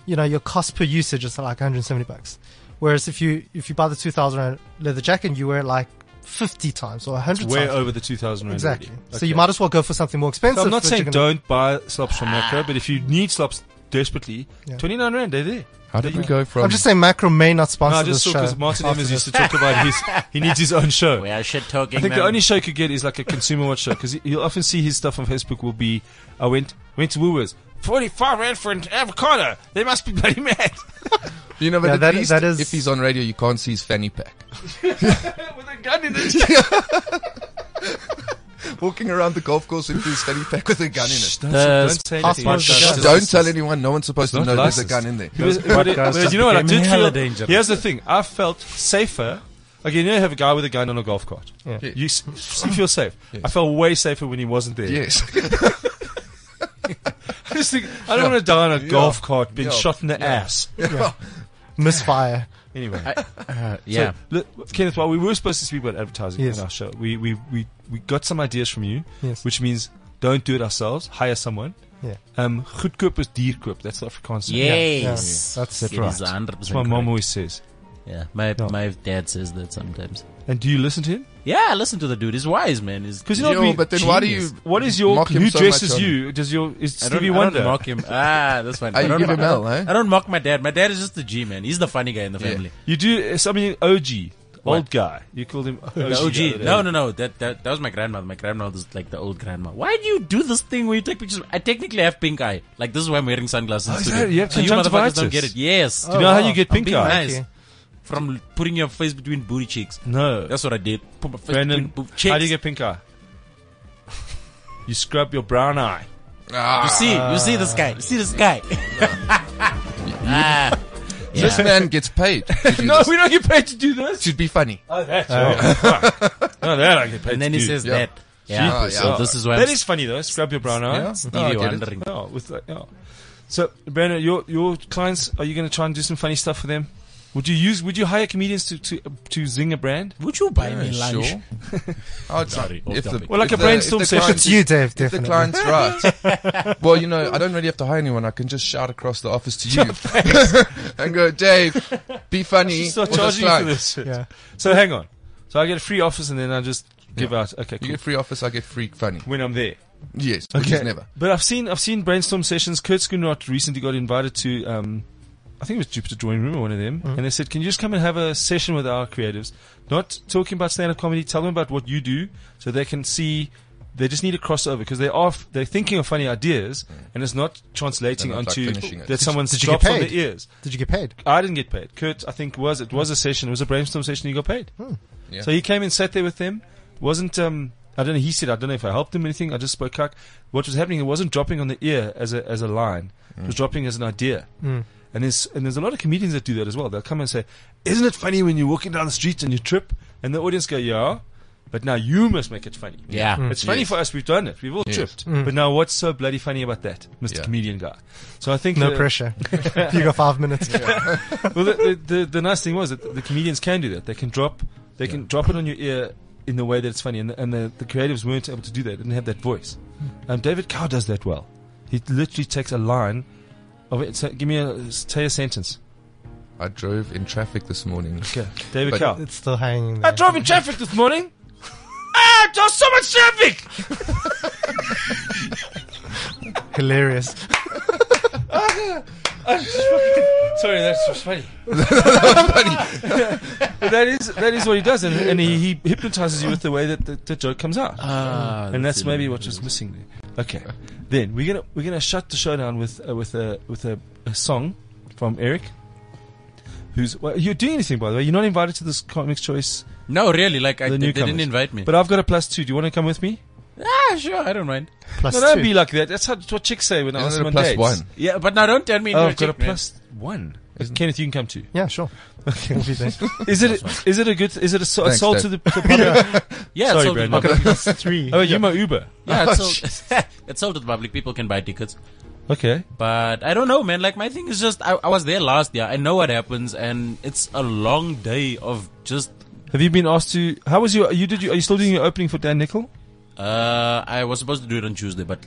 Speaker 1: you know, your cost per usage is like 170 bucks. Whereas if you, if you buy the 2,000 Rand leather jacket and you wear it like 50 times or 100
Speaker 3: Way
Speaker 1: times.
Speaker 3: over the 2000 rand.
Speaker 1: exactly.
Speaker 3: already.
Speaker 1: So you
Speaker 3: Okay.
Speaker 1: might as well go for something more expensive.
Speaker 3: So I'm not
Speaker 1: that you're
Speaker 3: saying
Speaker 1: gonna-
Speaker 3: don't buy slops from Macro, but if you need slops desperately,
Speaker 1: Ah. Yeah.
Speaker 3: 29 rand, they're there.
Speaker 4: How did we go from?
Speaker 1: I'm just saying Macro may not sponsor
Speaker 3: No, I just saw
Speaker 1: this show.
Speaker 3: because Martin
Speaker 1: after
Speaker 3: Emmers
Speaker 1: this.
Speaker 3: used to talk about his, he needs his own show.
Speaker 2: We are shit talking.
Speaker 3: I think the only show you could get is like a consumer watch show because you'll often see his stuff on Facebook will be, I went, went to Woolworths.
Speaker 5: 45 rand for an avocado. They must be bloody mad.
Speaker 4: you know, but
Speaker 1: Yeah,
Speaker 4: at
Speaker 1: that-
Speaker 4: least
Speaker 1: that is-
Speaker 4: if he's on radio, you can't see his fanny pack.
Speaker 3: With a gun in it.
Speaker 4: Walking around the golf course with his fanny pack with a gun in it.
Speaker 3: Shh, don't,
Speaker 2: The
Speaker 3: don't say
Speaker 2: passport
Speaker 3: anything.
Speaker 2: was
Speaker 3: Don't-
Speaker 2: shut.
Speaker 4: Just don't tell anyone. No one's supposed to
Speaker 3: not
Speaker 4: know there's a
Speaker 3: licensed.
Speaker 4: gun in there.
Speaker 3: It was- but it-
Speaker 2: podcasts
Speaker 3: but you know what? I
Speaker 2: became
Speaker 3: did
Speaker 2: hella
Speaker 3: feel.
Speaker 2: dangerous.
Speaker 3: Here's the thing: I felt safer. Okay, you know, you have a guy with a gun on a golf cart.
Speaker 1: Yeah.
Speaker 3: You, s- you feel safe. I felt way safer when he wasn't there.
Speaker 4: Yes.
Speaker 3: I just think I don't want to die on a golf cart being
Speaker 4: Yeah.
Speaker 3: shot in the ass.
Speaker 1: Misfire.
Speaker 3: Anyway,
Speaker 2: Uh, yeah.
Speaker 3: Look, Kenneth, while we were supposed to speak about advertising
Speaker 1: Yes.
Speaker 3: in our show, we, we, we, we got some ideas from you,
Speaker 1: Yes.
Speaker 3: which means don't do it ourselves, hire someone.
Speaker 1: Yeah.
Speaker 3: Um, goedkoop is dierkoop. That's the
Speaker 2: yes,
Speaker 3: Afrikaans.
Speaker 1: Yeah, that's-
Speaker 2: it
Speaker 1: that's
Speaker 2: is 100.
Speaker 3: That's my mom always says.
Speaker 2: Yeah, my
Speaker 3: No.
Speaker 2: my dad says that sometimes.
Speaker 3: And do you listen to him?
Speaker 2: Yeah, listen to the dude. He's wise, man. He's
Speaker 3: Because you know,
Speaker 4: Yo,
Speaker 3: what we-
Speaker 4: but then why do you?
Speaker 3: what is your
Speaker 4: mock him
Speaker 3: who
Speaker 4: so
Speaker 3: dresses
Speaker 4: much on-
Speaker 3: you? Does your is
Speaker 2: I don't,
Speaker 3: Stevie
Speaker 2: I
Speaker 3: Wonder?
Speaker 2: don't mock him. Ah, that's fine.
Speaker 4: Ah, you
Speaker 2: I don't
Speaker 4: give him
Speaker 2: mock-
Speaker 4: hell, eh?
Speaker 2: I don't mock my dad. My dad is just the G man. He's the funny guy in the
Speaker 4: Yeah.
Speaker 2: family.
Speaker 3: You do uh, something OG, old
Speaker 2: What?
Speaker 3: guy. You called him OG.
Speaker 2: The
Speaker 3: the
Speaker 2: OG.
Speaker 3: other
Speaker 2: No,
Speaker 3: day.
Speaker 2: no, no. That, that that was my grandmother. My grandmother is like the old grandma. Why do you do this thing where you take pictures? I technically have pink eye. Like this is why I'm wearing sunglasses.
Speaker 3: Oh, is
Speaker 2: today.
Speaker 3: that- you have
Speaker 2: so you motherfuckers
Speaker 3: conjunctivitis?
Speaker 2: don't get it. Yes.
Speaker 3: Do you know
Speaker 1: Oh,
Speaker 3: how
Speaker 1: wow.
Speaker 3: you get
Speaker 2: I'm
Speaker 3: pink
Speaker 2: being
Speaker 3: eye?
Speaker 2: nice. From l- putting your face between booty cheeks.
Speaker 3: No,
Speaker 2: That's what I did. Put my face
Speaker 3: Brandon.
Speaker 2: between booty cheeks.
Speaker 3: How do you get pink eye? You scrub your brown eye.
Speaker 2: You
Speaker 4: Ah,
Speaker 2: see, you see this guy. You see this guy. ah,
Speaker 4: This
Speaker 2: yeah.
Speaker 4: man gets paid to do
Speaker 3: No,
Speaker 4: this.
Speaker 3: we don't get paid to do this.
Speaker 4: To be funny.
Speaker 3: Oh, that's right. no, that I get paid
Speaker 2: And then
Speaker 3: to
Speaker 2: he
Speaker 3: do.
Speaker 2: says
Speaker 4: Yeah.
Speaker 2: that. Yeah.
Speaker 4: Ah,
Speaker 2: So
Speaker 4: yeah.
Speaker 2: this is why
Speaker 3: that
Speaker 2: I'm
Speaker 3: is funny though. Scrub your brown eye.
Speaker 4: Yeah.
Speaker 2: Stevie
Speaker 4: No, I get it.
Speaker 2: wondering.
Speaker 3: No, with like, yeah. So, Brandon, your your clients, are you going to try and do some funny stuff for them? Would you use? Would you hire comedians to to to zing a brand?
Speaker 2: Would you buy me
Speaker 4: Yeah,
Speaker 2: lunch?
Speaker 4: sure. Oh, it's
Speaker 2: Sorry,
Speaker 4: not-
Speaker 2: off
Speaker 4: if the-
Speaker 2: topic.
Speaker 3: Well, like
Speaker 4: if
Speaker 3: a
Speaker 4: the-
Speaker 3: brainstorm
Speaker 4: if the
Speaker 3: session.
Speaker 4: client-
Speaker 1: It's you, Dave,
Speaker 4: if the
Speaker 1: definitely.
Speaker 4: client's right. Well, you know, I don't really have to hire anyone. I can just shout across the office to you and go, Dave, be funny.
Speaker 3: You start
Speaker 4: with this
Speaker 3: charging you for
Speaker 4: client."
Speaker 3: this. shit.
Speaker 1: Yeah.
Speaker 3: So hang on. So I get a free office and then I just give out. Okay,
Speaker 4: You
Speaker 3: cool.
Speaker 4: get free office, I get free funny.
Speaker 3: When I'm there.
Speaker 4: Yes, which is never.
Speaker 3: But I've seen I've seen brainstorm sessions. Kurt Skunrot recently got invited to um, I think it was Jupiter Drawing Room or one of them, and they said, "Can you just come and have a session with our creatives? Not talking about stand-up comedy. Tell them about what you do, so they can see." They just need a crossover because they are f- they're thinking of funny ideas and it's not translating
Speaker 4: They're not, like,
Speaker 3: onto
Speaker 4: finishing it.
Speaker 3: that
Speaker 4: Did-
Speaker 3: someone's
Speaker 1: did you get
Speaker 3: dropped from their
Speaker 1: paid?
Speaker 3: ears.
Speaker 1: Did you get paid?
Speaker 3: I didn't get paid. Kurt, I think was it was a session. It was a brainstorm session. He got paid.
Speaker 4: Yeah.
Speaker 3: So he came and sat there with them. Wasn't um. I don't know. He said, I don't know if I helped him or anything. I just spoke cuck. What was happening? It wasn't dropping on the ear as a as a line. It
Speaker 4: Hmm.
Speaker 3: was dropping as an idea. And there's and there's a lot of comedians that do that as well. They'll come and say, "Isn't it funny when you're walking down the street and you trip?" And the audience go, "Yeah," but now you must make it funny.
Speaker 2: Yeah.
Speaker 3: It's funny
Speaker 4: Yes.
Speaker 3: for us. We've done it. We've all
Speaker 4: Yes.
Speaker 3: tripped. But now, what's so bloody funny about that, Mr.
Speaker 4: Yeah.
Speaker 3: Comedian guy? So I think
Speaker 1: No
Speaker 3: that-
Speaker 1: pressure. you got five minutes.
Speaker 3: well, the, the, the, the nice thing was that the comedians can do that. They can drop, they can drop it on your ear in the way that it's funny, and, the, and the, the creatives weren't able to do that. They didn't have that voice. Um, David Cow does that well. He literally takes a line of it. So give me a say a sentence.
Speaker 4: I drove in traffic this morning.
Speaker 3: Okay, David
Speaker 4: But-
Speaker 3: Cow.
Speaker 1: It's still hanging
Speaker 3: I
Speaker 1: there.
Speaker 3: drove in traffic this morning. ah, there's so much traffic.
Speaker 1: Hilarious.
Speaker 3: Sorry, that's was funny. but that is that is what he does, and, and he, he hypnotizes you with the way that the, the joke comes out.
Speaker 2: Ah,
Speaker 3: and that's maybe what was missing there. Okay, then we're gonna we're gonna shut the show down with uh, with a with a, a song from Eric. Who's well, you're doing anything by the way? You're not invited to this comics choice,
Speaker 2: No, really. Like I, they,
Speaker 3: The
Speaker 2: they
Speaker 3: newcomers.
Speaker 2: didn't invite me.
Speaker 3: but I've got a plus two. Do you want to come with me?
Speaker 2: ah, sure, I don't mind.
Speaker 1: Plus
Speaker 3: No, don't
Speaker 1: two.
Speaker 3: be like that. That's, how, that's what chicks say when I
Speaker 4: Isn't
Speaker 3: ask
Speaker 4: it
Speaker 3: them
Speaker 4: a
Speaker 3: on
Speaker 4: plus
Speaker 3: dates.
Speaker 4: one?
Speaker 2: Yeah, but now don't tell me.
Speaker 3: Oh,
Speaker 2: you're
Speaker 3: I've got a
Speaker 2: chick, man.
Speaker 3: plus one. Kenneth, you can come too.
Speaker 1: Yeah, sure. Okay. We'll be there.
Speaker 3: Is it is it a good is it a, so,
Speaker 4: Thanks,
Speaker 3: sold
Speaker 4: Dave.
Speaker 3: to the, the public?
Speaker 2: Yeah, it's sold
Speaker 3: Sorry,
Speaker 2: to the
Speaker 3: Brandon.
Speaker 2: public.
Speaker 1: Three.
Speaker 3: oh, you my Uber. Oh,
Speaker 2: Yeah, it's sold. it's sold to the public. People can buy tickets.
Speaker 3: Okay.
Speaker 2: But I don't know, man. Like my thing is just I, I was there last year. I know what happens, and it's a long day of just.
Speaker 3: Have you been asked to? How was your? You did. You, are you still doing your opening for Dan Nickel?
Speaker 2: Uh, I was supposed to do it on Tuesday, but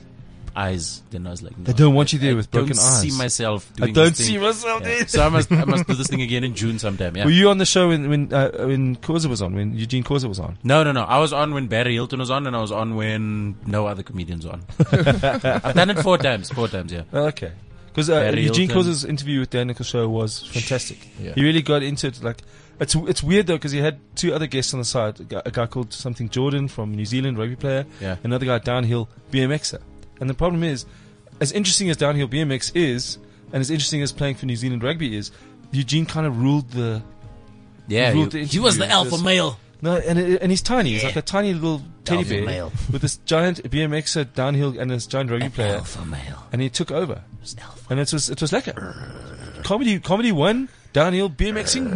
Speaker 2: eyes. Then I was like, no,
Speaker 3: They don't want you there with
Speaker 2: I don't
Speaker 3: broken eyes.
Speaker 2: see myself.
Speaker 3: I
Speaker 2: Doing
Speaker 3: don't
Speaker 2: this thing.
Speaker 3: see myself
Speaker 2: Yeah.
Speaker 3: there.
Speaker 2: So I must, I must do this thing again in June sometime. Yeah.
Speaker 3: Were you on the show when when uh, when Causa was on? When Eugene Causa was on?
Speaker 2: No, no, no. I was on when Barry Hilton was on, and I was on when no other comedians were on. I've done it four times. Four times, yeah.
Speaker 3: Oh, okay. Because uh,
Speaker 2: Barry
Speaker 3: Eugene
Speaker 2: Hilton.
Speaker 3: Causa's interview with Dan Nichols show was fantastic.
Speaker 4: Yeah.
Speaker 3: He really got into it. Like, it's it's weird though because he had two other guests on the side. A guy, a guy called something Jordan from New Zealand, rugby player.
Speaker 2: Yeah.
Speaker 3: Another guy downhill BMXer. And the problem is, as interesting as downhill BMX is, and as interesting as playing for New Zealand rugby is, Eugene kind of ruled the
Speaker 2: Yeah.
Speaker 3: Ruled
Speaker 2: You,
Speaker 3: the
Speaker 2: he was the
Speaker 3: interview.
Speaker 2: alpha
Speaker 3: Yes.
Speaker 2: male.
Speaker 3: No, and and he's tiny. He's like a tiny little teddy
Speaker 2: Alpha
Speaker 3: bear
Speaker 2: male.
Speaker 3: with this giant BMXer downhill and this giant rugby player,
Speaker 2: Alpha male.
Speaker 3: and he took over.
Speaker 2: He was alpha.
Speaker 3: And it was it was lekker. Comedy comedy one downhill BMXing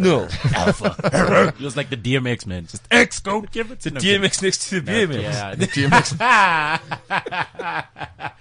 Speaker 3: nil.
Speaker 2: alpha. he was like the DMX man. Just X, go give it to the
Speaker 3: DMX next to the BMX.
Speaker 2: Yeah.
Speaker 4: DMX.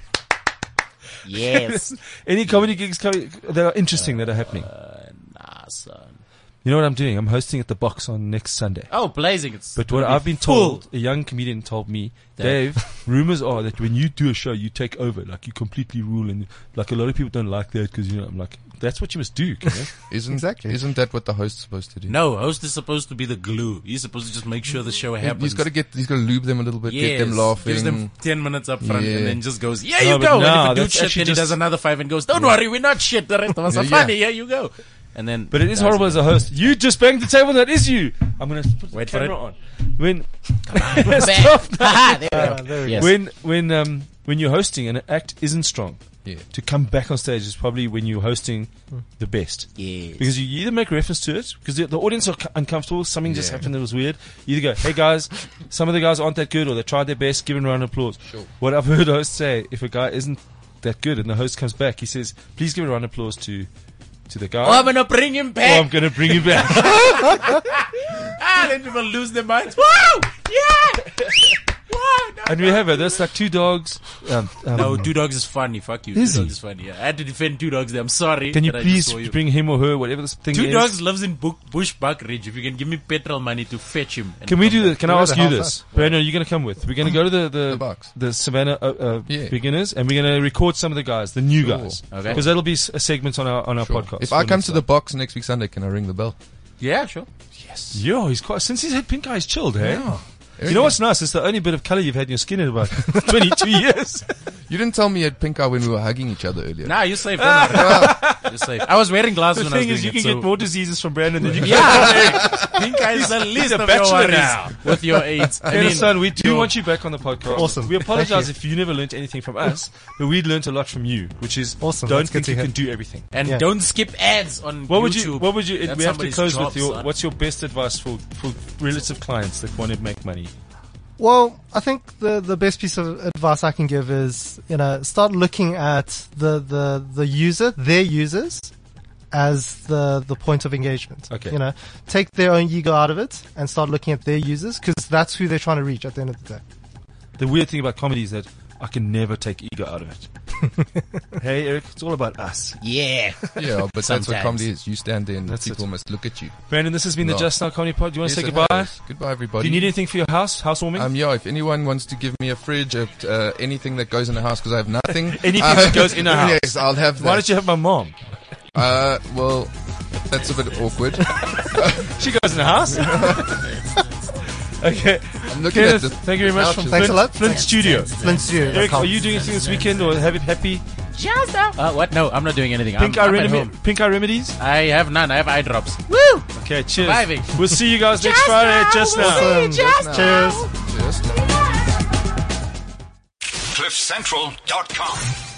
Speaker 5: Yes.
Speaker 3: Any comedy gigs coming that are interesting that are happening.
Speaker 2: Nah, son.
Speaker 3: You know what I'm doing? I'm hosting at the box on next Sunday.
Speaker 2: Oh, blazing! It's
Speaker 3: But what I've been
Speaker 2: full.
Speaker 3: told, a young comedian told me,
Speaker 2: Dave.
Speaker 3: Dave, rumors are that when you do a show, you take over, like you completely rule, and like a lot of people don't like that because you know I'm like, that's what you must do. Kenneth.
Speaker 4: Isn't Isn't that what the host's supposed to do?
Speaker 2: no host is supposed to be the glue. He's supposed to just make sure the show happens.
Speaker 4: He's got to get. He's got to lube them a little bit. Get them laughing.
Speaker 2: Gives them ten minutes up front
Speaker 4: Yeah.
Speaker 2: and then just goes, "Yeah,
Speaker 3: No,
Speaker 2: you
Speaker 3: but
Speaker 2: go."
Speaker 3: now
Speaker 2: and if the dude
Speaker 3: that's
Speaker 2: shit,
Speaker 3: actually
Speaker 2: then he
Speaker 3: just-
Speaker 2: does another five and goes, "Don't worry, we're not shit. The rest of us are
Speaker 4: Yeah.
Speaker 2: funny. Here you go." And then,
Speaker 3: But it is horrible as a host. You just banged the table. That is you. I'm gonna put
Speaker 2: Wait
Speaker 3: the
Speaker 2: for
Speaker 3: camera on. When Stop.
Speaker 5: Haha, there we go.
Speaker 1: Uh, there we
Speaker 2: Yes.
Speaker 3: when when um when you're hosting and an act isn't strong,
Speaker 4: Yeah.
Speaker 3: to come back on stage is probably when you're hosting the best.
Speaker 5: Yes.
Speaker 3: Because you either make reference to it, because the, the audience are c- uncomfortable, something just
Speaker 4: Yeah.
Speaker 3: happened that was weird. You either go, hey guys, some of the guys aren't that good, or they tried their best, give them a round of applause.
Speaker 4: Sure.
Speaker 3: What I've heard hosts say, if a guy isn't that good and the host comes back, he says, please give a round of applause to, to the guy.
Speaker 2: oh, I'm gonna bring him
Speaker 3: or
Speaker 2: back.
Speaker 3: I'm going to bring you back.
Speaker 2: ah, then people lose their minds. Woo! Yeah. Whoa! No.
Speaker 3: and we have it. That's like two dogs. Um, um,
Speaker 2: No, two dogs is funny. Fuck you.
Speaker 3: Is
Speaker 2: two
Speaker 3: he?
Speaker 2: dogs is funny. Yeah. I had to defend two dogs. There. I'm sorry.
Speaker 3: Can you
Speaker 2: that I
Speaker 3: please
Speaker 2: just saw you.
Speaker 3: bring him or her, whatever this thing
Speaker 2: Two
Speaker 3: is?
Speaker 2: dogs lives in Bush, Bush Buck Ridge. If you can give me petrol money to fetch him, and
Speaker 3: Can we
Speaker 2: come
Speaker 3: do
Speaker 2: back.
Speaker 3: this? Can I
Speaker 4: Where
Speaker 3: ask
Speaker 4: the
Speaker 3: you
Speaker 4: hell's
Speaker 3: this? Brandon, you're going to come with. We're going to go to the, the,
Speaker 4: The box.
Speaker 3: the Savannah uh, uh,
Speaker 4: Yeah.
Speaker 3: beginners and we're going to record some of the guys, the new
Speaker 4: Sure.
Speaker 3: guys.
Speaker 2: Okay.
Speaker 3: Because that'll be s- a segment on our, on our
Speaker 4: Sure.
Speaker 3: podcast.
Speaker 4: If I
Speaker 3: for
Speaker 4: come
Speaker 3: next
Speaker 4: to the box next week Sunday, can I ring the bell?
Speaker 2: Yeah, sure.
Speaker 3: time. Yo, he's quite. Since he's had pink eyes, chilled, hey? You
Speaker 4: Okay.
Speaker 3: know what's nice? It's the only bit of color you've had in your skin in about 22 years.
Speaker 4: You didn't tell me you had pink eye when we were hugging each other earlier.
Speaker 2: Nah, you're safe. Don't worry. you're safe. I was wearing glasses
Speaker 3: The
Speaker 2: when I was
Speaker 3: thing
Speaker 2: doing
Speaker 3: is, you
Speaker 2: it,
Speaker 3: can
Speaker 2: so-
Speaker 3: get more diseases from Brandon than you can.
Speaker 2: Yeah, I think I is the least
Speaker 3: a
Speaker 2: of your
Speaker 3: bachelor
Speaker 2: worries
Speaker 3: now.
Speaker 2: with your AIDS. I mean,
Speaker 3: Anderson, we do want you back on the podcast.
Speaker 1: Awesome.
Speaker 3: We
Speaker 1: Thank
Speaker 3: apologize if you never learnt anything from us, but we learnt a lot from you, which is
Speaker 1: Awesome.
Speaker 3: don't
Speaker 1: That's good
Speaker 3: think
Speaker 1: to
Speaker 3: you
Speaker 1: hear.
Speaker 3: can do everything.
Speaker 2: and
Speaker 1: Yeah.
Speaker 2: don't skip ads on
Speaker 3: What would
Speaker 2: YouTube.
Speaker 3: you? What would you?
Speaker 2: That's
Speaker 3: we have to
Speaker 2: somebody's
Speaker 3: close
Speaker 2: job,
Speaker 3: with your.
Speaker 2: son.
Speaker 3: What's your best advice for for relative clients that want to make money?
Speaker 1: Well, I think the, the best piece of advice I can give is, you know, start looking at the, the, the user, their users, as the, the point of engagement.
Speaker 3: Okay.
Speaker 1: You know, take their own ego out of it and start looking at their users because that's who they're trying to reach at the end of the day.
Speaker 3: The weird thing about comedy is that I can never take ego out of it. hey, Eric, it's all about us.
Speaker 5: Yeah.
Speaker 4: Yeah, but that's what
Speaker 2: Sometimes.
Speaker 4: comedy is. You stand there and
Speaker 3: That's
Speaker 4: people
Speaker 3: it.
Speaker 4: must look at you.
Speaker 3: Brandon, this has been the
Speaker 4: No.
Speaker 3: Just Now Comedy Pod. Do you want to
Speaker 4: Yes,
Speaker 3: say
Speaker 4: it
Speaker 3: goodbye?
Speaker 4: has. Goodbye, everybody.
Speaker 3: Do you need anything for your house housewarming?
Speaker 4: um, yeah, if anyone wants to give me a fridge, a, uh, anything that goes in the house, because I have nothing.
Speaker 3: Anything
Speaker 4: uh,
Speaker 3: that goes in a house.
Speaker 4: Yes, I'll have that.
Speaker 3: Why don't you have my mom?
Speaker 4: Uh, well, that's a bit awkward.
Speaker 3: She goes in the house. okay,
Speaker 4: I'm looking
Speaker 3: Kenneth,
Speaker 4: at the
Speaker 3: thank you very much. From
Speaker 4: Ouches.
Speaker 1: Thanks
Speaker 3: Flint,
Speaker 1: a lot.
Speaker 3: Flint Studio.
Speaker 1: Flint's you.
Speaker 3: Eric, are you doing anything this weekend or have it happy?
Speaker 2: Uh, what? No, I'm not doing anything.
Speaker 3: Pink
Speaker 2: I'm,
Speaker 3: Eye,
Speaker 2: I'm at
Speaker 3: remedi-
Speaker 2: home.
Speaker 3: Pink Eye Remedies?
Speaker 2: I have none. I have eye drops.
Speaker 3: Okay, cheers.
Speaker 2: Surviving.
Speaker 3: We'll see you guys next Friday at Just Now.
Speaker 4: Just
Speaker 1: Cheers.
Speaker 4: Just
Speaker 6: CliffCentral.com.